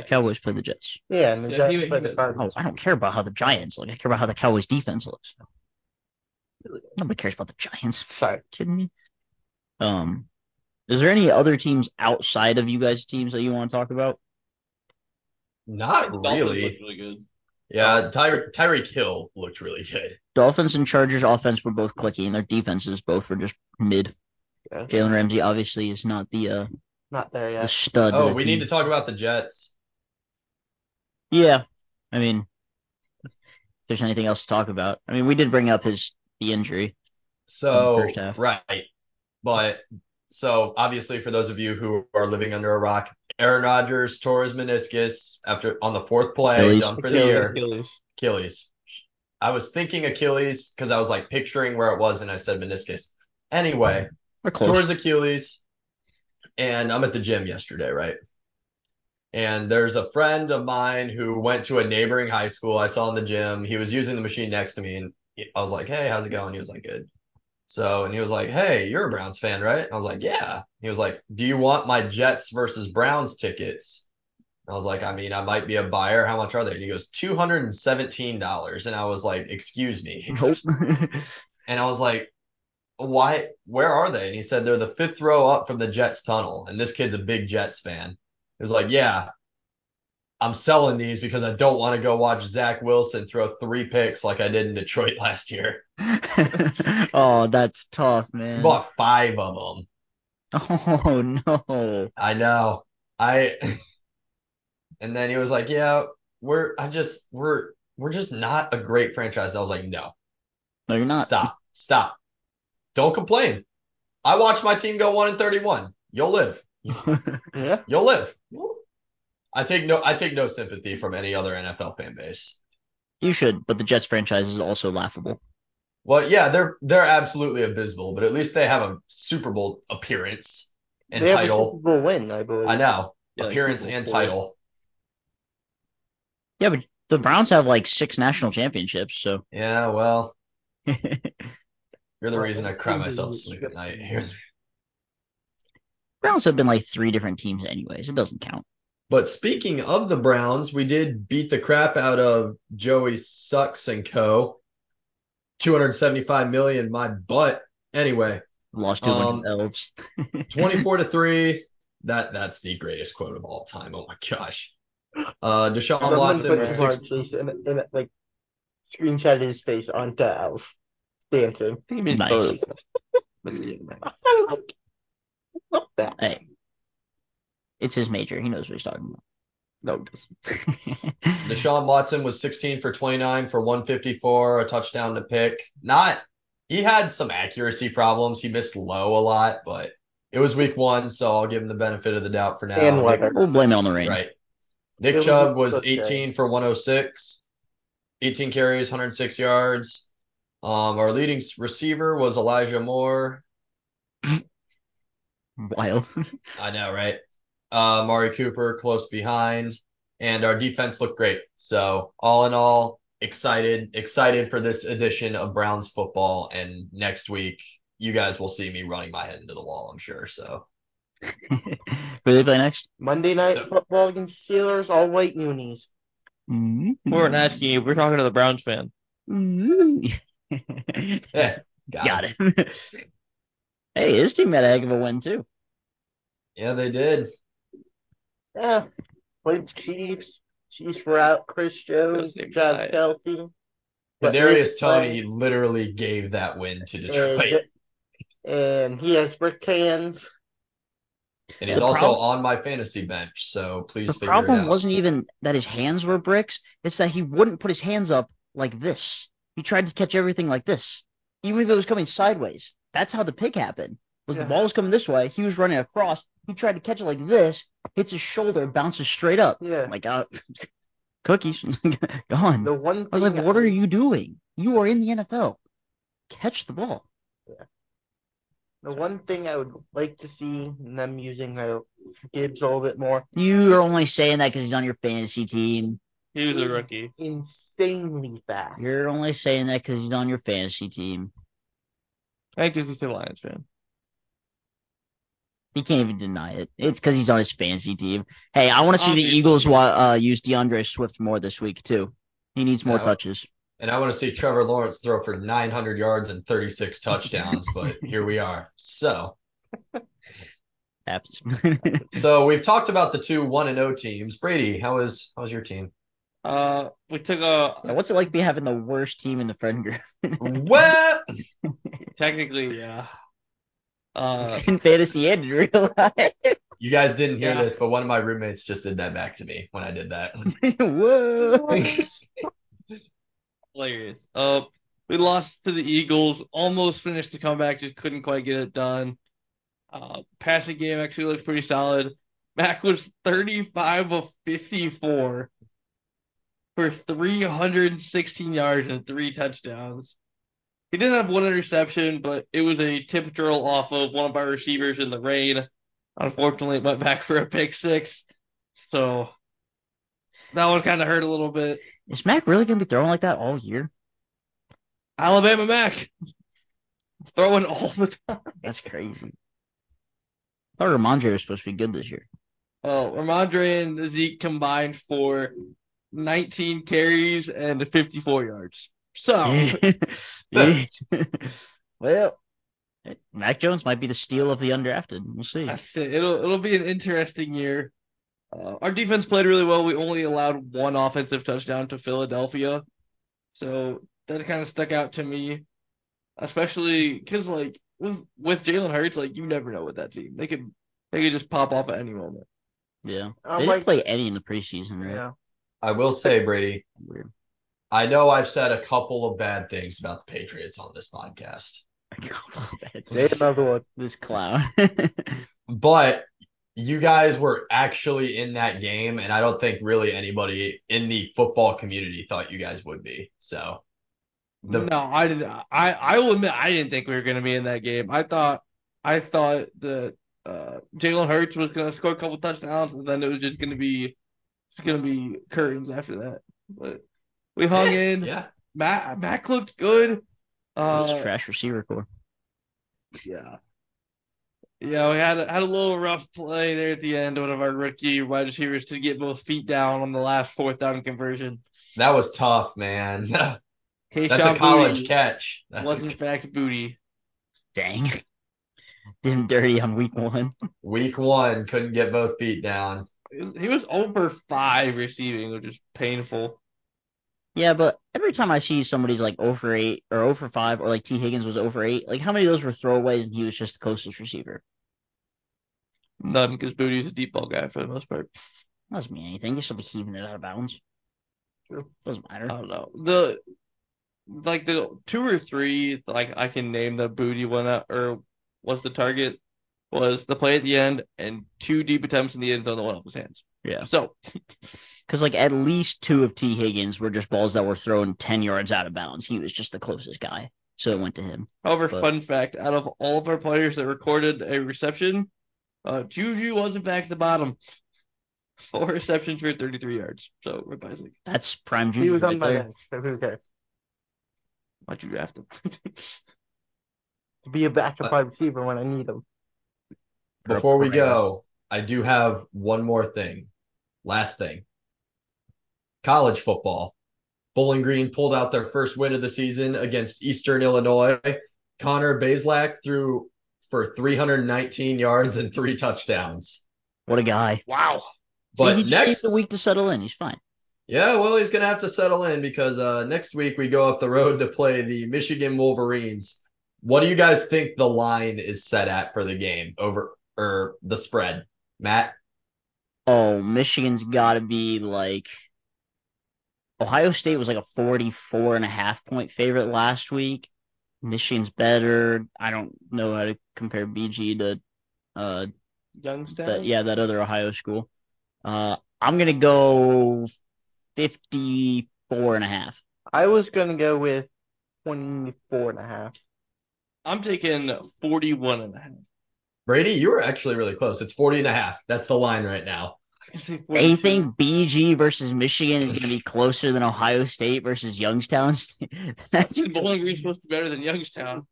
Speaker 1: Cowboys played the Jets.
Speaker 5: Yeah, and the
Speaker 3: Yeah,
Speaker 5: Giants
Speaker 3: he-
Speaker 5: played
Speaker 3: he-
Speaker 5: the
Speaker 1: Oh,
Speaker 5: Cardinals.
Speaker 1: I don't care about how the Giants look. I care about how the Cowboys defense looks. Nobody cares about the Giants. [LAUGHS]
Speaker 5: Sorry.
Speaker 1: kidding me? Um, is there any other teams outside of you guys' teams that you want to talk about?
Speaker 4: not really.
Speaker 3: really good.
Speaker 4: Yeah, Ty- Tyreek Hill looked really good.
Speaker 1: Dolphins and Chargers offense were both clicky, and their defenses both were just mid.
Speaker 5: Yeah.
Speaker 1: Jalen Ramsey obviously is not the uh
Speaker 5: Not there
Speaker 1: the
Speaker 5: yet.
Speaker 1: stud.
Speaker 4: Oh,
Speaker 1: that
Speaker 4: we
Speaker 1: he-
Speaker 4: need to talk about the Jets.
Speaker 1: Yeah, I mean, if there's anything else to talk about, I mean, we did bring up his the
Speaker 5: [LAUGHS]
Speaker 1: injury. [LAUGHS]
Speaker 4: So
Speaker 1: first half.
Speaker 4: right, but so obviously for those of you who are living under a rock, Aaron Rodgers tore his meniscus after on the fourth play,
Speaker 1: Achilles.
Speaker 4: done for the
Speaker 5: Achilles,
Speaker 4: year.
Speaker 5: Achilles.
Speaker 4: Achilles. I was thinking Achilles because I was like picturing where it was, and I said meniscus. Anyway,
Speaker 1: We're
Speaker 4: tore
Speaker 1: close.
Speaker 4: his Achilles, and I'm at the gym yesterday, right? And there's a friend of mine who went to a neighboring high school. I saw in the gym. He was using the machine next to me, and I was like, "Hey, how's it going?" He was like, "Good." So, and he was like, "Hey, you're a Browns fan, right?" I was like, "Yeah." He was like, "Do you want my Jets versus Browns tickets?" I was like, "I mean, I might be a buyer. How much are they?" And he goes, two hundred and seventeen dollars. And I was like, "Excuse me."
Speaker 1: Nope.
Speaker 4: And I was like, why? Where are they? And he said, they're the fifth row up from the Jets tunnel. And this kid's a big Jets fan. He was like, yeah, I'm selling these because I don't want to go watch Zach Wilson throw three picks like I did in Detroit [LAUGHS] last year.
Speaker 1: oh, that's tough,
Speaker 4: I
Speaker 1: man.
Speaker 4: bought five of them.
Speaker 1: [LAUGHS] Oh no.
Speaker 4: I know. I. [LAUGHS] and then he was like, yeah, we're, I just, we're, we're just not a great franchise. I was like, no,
Speaker 1: No, you're not.
Speaker 4: stop, stop. Don't complain. I watched my team go one and 31. You'll live.
Speaker 5: Yeah.
Speaker 4: You'll live. I take no I take no sympathy from any other NFL fan base.
Speaker 1: You should, but the Jets franchise is also laughable.
Speaker 4: Well, yeah, they're they're absolutely abysmal, but at least they have a Super Bowl appearance and
Speaker 5: they have a
Speaker 4: title.
Speaker 5: Super Bowl win, I believe.
Speaker 4: I know.
Speaker 1: Yeah,
Speaker 4: appearance
Speaker 1: Super
Speaker 4: and
Speaker 1: Bowl.
Speaker 4: title.
Speaker 1: Yeah, but the Browns have like six national championships, so [LAUGHS]
Speaker 4: Yeah, well, you're the reason I cry myself to sleep at night here.
Speaker 1: Browns have been like three different teams anyways. It doesn't count.
Speaker 4: But speaking of the Browns, we did beat the crap out of Joey Sucks and Co. 275 million, my butt. Anyway,
Speaker 1: Lost to
Speaker 4: Um,
Speaker 1: um, elves.
Speaker 4: 24 to 3. That that's the greatest quote of all time. Oh my gosh. Uh Deshaun
Speaker 5: I'm gonna
Speaker 4: Watson
Speaker 5: put
Speaker 4: was
Speaker 5: Jamar
Speaker 4: six.
Speaker 5: Chase in, in like screenshot his face onto Alf dancing.
Speaker 2: think he means
Speaker 1: Nice.
Speaker 2: both. But yeah, man.
Speaker 5: [LAUGHS] I like, I love that.
Speaker 1: Hey, it's his major. He knows what he's talking
Speaker 2: No, it doesn't.
Speaker 1: [LAUGHS] about.
Speaker 4: [LAUGHS] Deshaun Watson was 16 for 29 for 154, a touchdown to pick. Not he had some accuracy problems. He missed low a lot, but it was week one, so I'll give him the benefit of the doubt for now.
Speaker 5: And weather.
Speaker 1: we'll blame it on the rain.
Speaker 4: Right. Nick
Speaker 5: It was
Speaker 4: Chubb
Speaker 5: a-
Speaker 4: was
Speaker 5: okay.
Speaker 4: 18 for 106, 18 carries, 106 yards. Um, our leading s- receiver was Elijah Moore.
Speaker 1: Wild. [LAUGHS]
Speaker 4: I know, right? Uh, Mari Cooper close behind, and our defense looked great. So all in all, excited, excited for this edition of Browns football. And next week, you guys will see me running my head into the wall, I'm sure. So [LAUGHS]
Speaker 1: Who they play next?
Speaker 5: Monday night football against Steelers, all white unis.
Speaker 3: We
Speaker 1: [LAUGHS]
Speaker 3: weren't asking you. We're talking to the Browns fan.
Speaker 4: yeah, got,
Speaker 1: Got
Speaker 4: it.
Speaker 1: him. [LAUGHS] hey, his team had a heck of a win too.
Speaker 4: Yeah, they did.
Speaker 5: Yeah. Played Chiefs. Chiefs were out. Chris Jones,
Speaker 3: Those names
Speaker 5: Josh
Speaker 3: die.
Speaker 5: Kelty. But they
Speaker 4: Kadarius Tony,
Speaker 5: played-
Speaker 4: he literally gave that win to
Speaker 5: and,
Speaker 4: Detroit.
Speaker 5: and he has brick hands.
Speaker 4: And he's
Speaker 1: The
Speaker 4: also
Speaker 1: problem-
Speaker 4: on my fantasy bench, so please
Speaker 1: The
Speaker 4: figure it
Speaker 1: problem
Speaker 4: out.
Speaker 1: wasn't even that his hands were bricks. It's that he wouldn't put his hands up like this. He tried to catch everything like this, even if it was coming sideways. That's how the pick happened. Was
Speaker 5: Yeah.
Speaker 1: the ball was coming this way, he was running across. He tried to catch it like this, hits his shoulder, bounces straight up.
Speaker 5: Yeah.
Speaker 1: Like uh, [LAUGHS] cookies [LAUGHS] gone.
Speaker 5: The one
Speaker 1: I was like, what are you doing? You are in the NFL. Catch the ball.
Speaker 5: The one thing I would like to see them using their Gibbs a little bit more.
Speaker 1: You're only saying that because he's on your fantasy team.
Speaker 3: He was a rookie.
Speaker 5: Insanely fast.
Speaker 1: You're only saying that because he's on your fantasy team.
Speaker 3: That gives us a Lions fan.
Speaker 1: He can't even deny it. It's because he's on his fantasy team. Hey, I want to see the
Speaker 3: Obviously.
Speaker 1: Eagles wa- uh, use DeAndre Swift more this week too. He needs more
Speaker 4: No.
Speaker 1: touches.
Speaker 4: And I want to see Trevor Lawrence throw for 900 yards
Speaker 1: [LAUGHS]
Speaker 4: and 36 touchdowns, but here we are. So,
Speaker 1: Happens. [LAUGHS]
Speaker 4: so we've talked about the two 1 and 0 teams. Brady, how is how was
Speaker 1: [LAUGHS]
Speaker 4: your team?
Speaker 3: Uh, we took a
Speaker 1: What's it like be having the worst team in the friend group
Speaker 4: Well,
Speaker 3: technically, yeah. Uh,
Speaker 1: [LAUGHS] in fantasy and in real life? [LAUGHS]
Speaker 4: you guys didn't hear
Speaker 3: Yeah.
Speaker 4: this, but one of my roommates just did that back to me when I did that.
Speaker 1: Whoa.
Speaker 3: hilarious. Uh, we lost to the Eagles. Almost finished the comeback, just couldn't quite get it done. Uh, passing game actually looked pretty solid. Mac was 35 of 54 for 316 yards and three touchdowns. He did have one interception, but it was a tip drill off of one of our receivers in the rain. Unfortunately, it went back for a pick six. So that one kind of hurt a little bit.
Speaker 1: Is Mac really gonna be throwing like that all year?
Speaker 3: Alabama Mac. Throwing all the time.
Speaker 1: That's crazy. I thought Ramondre was supposed to be good this year.
Speaker 3: Oh, Ramondre and Zeke combined for 19 carries and 54 yards.
Speaker 1: [LAUGHS]
Speaker 3: So,
Speaker 1: Oh. well, Mac Jones might be the steal of the undrafted. We'll see.
Speaker 3: that's it. It'll, it'll be an interesting year. Uh, our defense played really well. We only allowed one offensive touchdown to Philadelphia. So that kind of stuck out to me, especially because, like, with, with Jalen Hurts, like, you never know with that team. They could, they could just pop off at any moment.
Speaker 1: Yeah,
Speaker 5: I'm
Speaker 1: they didn't
Speaker 5: like,
Speaker 1: play any in the preseason, right?
Speaker 5: yeah.
Speaker 4: [LAUGHS] I will say, Brady,
Speaker 1: Weird.
Speaker 4: I know I've said a couple of bad things about the Patriots on this podcast.
Speaker 5: Say another one.
Speaker 1: [LAUGHS] this clown.
Speaker 4: but you guys were actually in that game, and I don't think really anybody in the football community thought you guys would be. So the
Speaker 3: no, I didn't. I I will admit I didn't think we were going to be in that game. I thought I thought that uh, Jalen Hurts was going to score a couple touchdowns, and then it was just going to be It's gonna be curtains after that. But we hung in.
Speaker 4: Yeah.
Speaker 3: Mac Mac looked good. Uh,
Speaker 1: it's trash receiver core.
Speaker 3: Yeah. Yeah, we had a, had a little rough play there at the end. One of our rookie wide receivers to get both feet down on the last fourth down conversion.
Speaker 4: That was tough, man. [LAUGHS] That's
Speaker 3: Kayshawn
Speaker 4: a college
Speaker 3: Booty
Speaker 4: catch. That's
Speaker 3: was in
Speaker 4: a-
Speaker 3: fact booty.
Speaker 1: Dang. [LAUGHS] Did him dirty on week one.
Speaker 4: week one. Couldn't get both feet down.
Speaker 3: He was- He was over five receiving, which is painful.
Speaker 1: Yeah, but every time I see somebody's like over eight or over five or like T Higgins was over eight, like how many of those were throwaways and he was just the closest receiver?
Speaker 3: None because booty's a deep ball guy for the most part.
Speaker 1: Doesn't mean anything. You're still be heaving it out of bounds.
Speaker 5: True. Uh,
Speaker 1: Doesn't matter.
Speaker 3: I don't know. The like the two or three like I can name the booty one up or was the target was the play at the end and two deep attempts in the end zone that went off his hands.
Speaker 1: Yeah.
Speaker 3: So
Speaker 1: Because like at least two of T Higgins were just balls that were thrown ten yards out of bounds. He was just the closest guy, so it went to him.
Speaker 3: however,
Speaker 1: But-
Speaker 3: fun fact, out of all of our players that recorded a reception, uh Juju was in fact the bottom. Four receptions for thirty three yards. So everybody's like,
Speaker 1: That's prime juice.
Speaker 5: He was
Speaker 1: right
Speaker 5: on my
Speaker 1: there.
Speaker 5: bench, so who cares?
Speaker 3: why'd you draft him? [LAUGHS]
Speaker 5: To be a backup wide receiver when I need him.
Speaker 4: Before we go, I do have one more thing. Last thing. College football. Bowling Green pulled out their first win of the season against Eastern Illinois. Connor Bazelak threw for 319 yards and three touchdowns.
Speaker 1: What a guy!
Speaker 3: Wow.
Speaker 1: See, he
Speaker 4: But
Speaker 1: just needs
Speaker 4: next,
Speaker 1: the week to settle in. He's fine.
Speaker 4: yeah, well, he's gonna have to settle in because uh, next week we go up the road to play the Michigan Wolverines. What do you guys think the line is set at for the game over or the spread, Matt?
Speaker 1: Oh, Michigan's got to be like Ohio State was like a 44 and a half point favorite last week.
Speaker 4: Hmm.
Speaker 1: Michigan's better. I don't know how to compare BG to uh
Speaker 3: Youngstown.
Speaker 1: that yeah that other ohio school uh i'm gonna go 54 and a half
Speaker 5: I was going to go with 24 and a half.
Speaker 3: I'm taking 41 and a half.
Speaker 4: Brady, you were actually really close. It's 40 and a half. That's the line right now.
Speaker 3: I can say 42.
Speaker 1: anything bg versus michigan is gonna be closer than ohio state versus youngstown [LAUGHS] State. That's- [LAUGHS]
Speaker 3: Isn't Bowling Green's supposed to be better than [LAUGHS] Youngstown.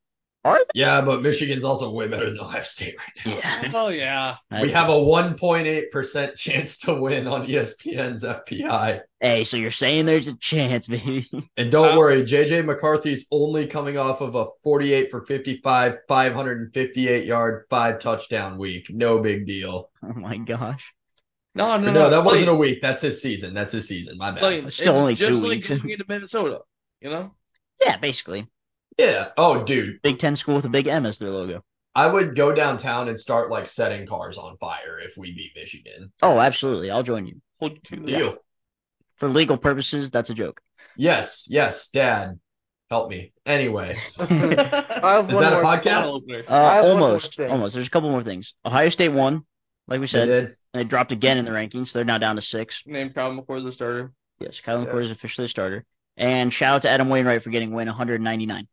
Speaker 4: Yeah, but Michigan's also way better than Ohio State right now.
Speaker 1: yeah
Speaker 3: Oh yeah.
Speaker 4: We have a 1.8% chance to win on E ESPN's FPI.
Speaker 1: hey so you're saying there's a chance [LAUGHS] baby
Speaker 4: And don't
Speaker 3: Wow.
Speaker 4: worry, JJ McCarthy's only coming off of a 48 for 55, 558 yard, five touchdown week. No big deal.
Speaker 1: oh my gosh
Speaker 3: No, no,
Speaker 4: No,
Speaker 3: no.
Speaker 4: that
Speaker 3: Clay-
Speaker 4: wasn't a week. That's his season. That's his season. My bad.
Speaker 3: Clay,
Speaker 1: It's still only
Speaker 3: just
Speaker 1: two
Speaker 3: like
Speaker 1: weeks.
Speaker 3: going into Minnesota, you know.
Speaker 1: yeah basically
Speaker 4: Yeah. Oh, dude.
Speaker 1: big 10 school with a big m as their logo
Speaker 4: I would go downtown and start like setting cars on fire if we beat Michigan.
Speaker 1: oh absolutely i'll join you
Speaker 3: Hold you to
Speaker 4: Deal.
Speaker 3: that.
Speaker 1: for legal purposes that's a joke
Speaker 4: Yes, yes, Dad, help me. Anyway,
Speaker 5: I have
Speaker 4: Is
Speaker 5: one
Speaker 4: that a
Speaker 5: more
Speaker 4: podcast?
Speaker 5: thought.
Speaker 3: Opener.
Speaker 1: uh,
Speaker 5: have one more
Speaker 1: almost
Speaker 5: thing.
Speaker 1: almost there's a couple more things ohio state won like we
Speaker 4: they
Speaker 1: said
Speaker 4: did.
Speaker 1: and they dropped again in the rankings so they're now down to six
Speaker 3: Name Kyle McCord the starter.
Speaker 1: Yes, Kylan
Speaker 5: Yeah.
Speaker 1: McCord is officially the starter. And shout out to Adam Wainwright for getting win 199.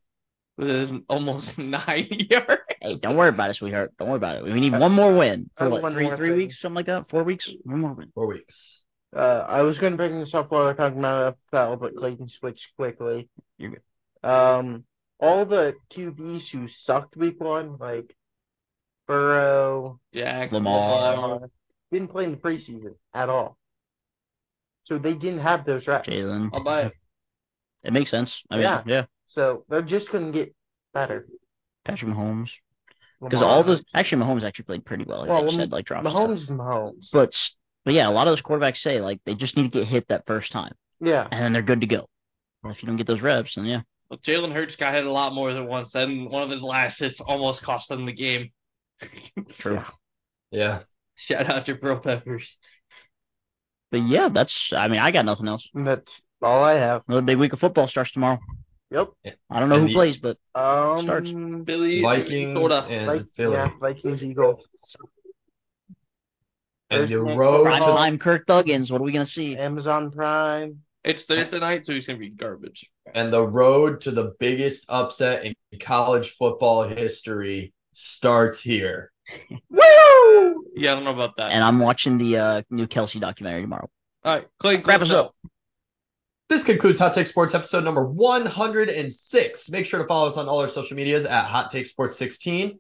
Speaker 3: With an almost [LAUGHS] nine yard.
Speaker 1: Hey, don't worry about it, sweetheart. Don't worry about it. We need one more win
Speaker 5: I
Speaker 1: for
Speaker 5: have
Speaker 1: what,
Speaker 5: one
Speaker 1: three
Speaker 5: more
Speaker 1: three
Speaker 5: thing.
Speaker 1: weeks, something like that, four weeks, one more win.
Speaker 4: Four weeks.
Speaker 5: Uh, I was going to bring this up while we're talking about NFL, but Clayton switched quickly.
Speaker 1: You're
Speaker 5: Um, all the QBs who sucked week one, like Burrow,
Speaker 3: Jack
Speaker 1: Lamar.
Speaker 5: Lamar, didn't play in the preseason at all. So they didn't have those reps.
Speaker 1: Jalen,
Speaker 3: I'll buy it.
Speaker 1: it makes sense. I mean, yeah,
Speaker 5: Oh. Yeah. So they're just going to get better.
Speaker 1: Patrick Mahomes, because all
Speaker 5: Lamar-
Speaker 1: those actually Mahomes actually played pretty well. Like
Speaker 5: Well,
Speaker 1: they
Speaker 5: Lam-
Speaker 1: said, like drops. and
Speaker 5: Mahomes
Speaker 1: stuff.
Speaker 5: is Mahomes.
Speaker 1: but s- but yeah, a lot of those quarterbacks say like they just need to get hit that first time,
Speaker 5: yeah.
Speaker 1: and then they're good to go. Well, if you don't get those reps, then yeah,
Speaker 3: Well, Jalen Hurts got hit a lot more than once, and one of his last hits almost cost them the game.
Speaker 1: true.
Speaker 4: Yeah.
Speaker 3: Shout out to Bro Peppers.
Speaker 1: But yeah, that's. I mean, I got nothing else.
Speaker 5: That's all I have.
Speaker 1: Another big week of football starts tomorrow.
Speaker 5: Yep.
Speaker 1: I don't know
Speaker 4: And
Speaker 1: who
Speaker 4: the-
Speaker 1: plays, but
Speaker 5: Um,
Speaker 1: Starts.
Speaker 3: Billy
Speaker 4: Vikings
Speaker 3: Minnesota.
Speaker 4: and
Speaker 5: Vi-
Speaker 4: Philly.
Speaker 5: Yeah, Vikings, Eagles,
Speaker 4: And the
Speaker 5: Thursday,
Speaker 4: road
Speaker 1: prime
Speaker 5: Friday.
Speaker 4: to,
Speaker 1: time Kirk Duggins. What are we gonna see?
Speaker 5: Amazon Prime.
Speaker 3: It's Thursday night, so he's gonna be garbage.
Speaker 4: and the road to the biggest upset in college football history starts here.
Speaker 3: Yeah, I don't know about that.
Speaker 1: and I'm watching the uh, new Kelsey documentary tomorrow.
Speaker 3: All right, Clay,
Speaker 1: Wrap us up.
Speaker 4: This concludes Hot Take Sports episode number 106. Make sure to follow us on all our social medias at Hot Take Sports 16.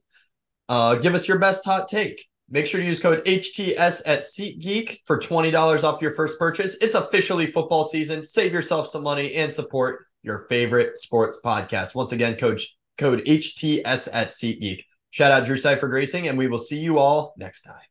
Speaker 4: Uh, give us your best hot take. Make sure to use code HTS at SeatGeek for $20 off your first purchase. It's officially football season. Save yourself some money and support your favorite sports podcast. Once again, coach code HTS at SeatGeek. Shout out Drew Cypher Gracing, and we will see you all next time.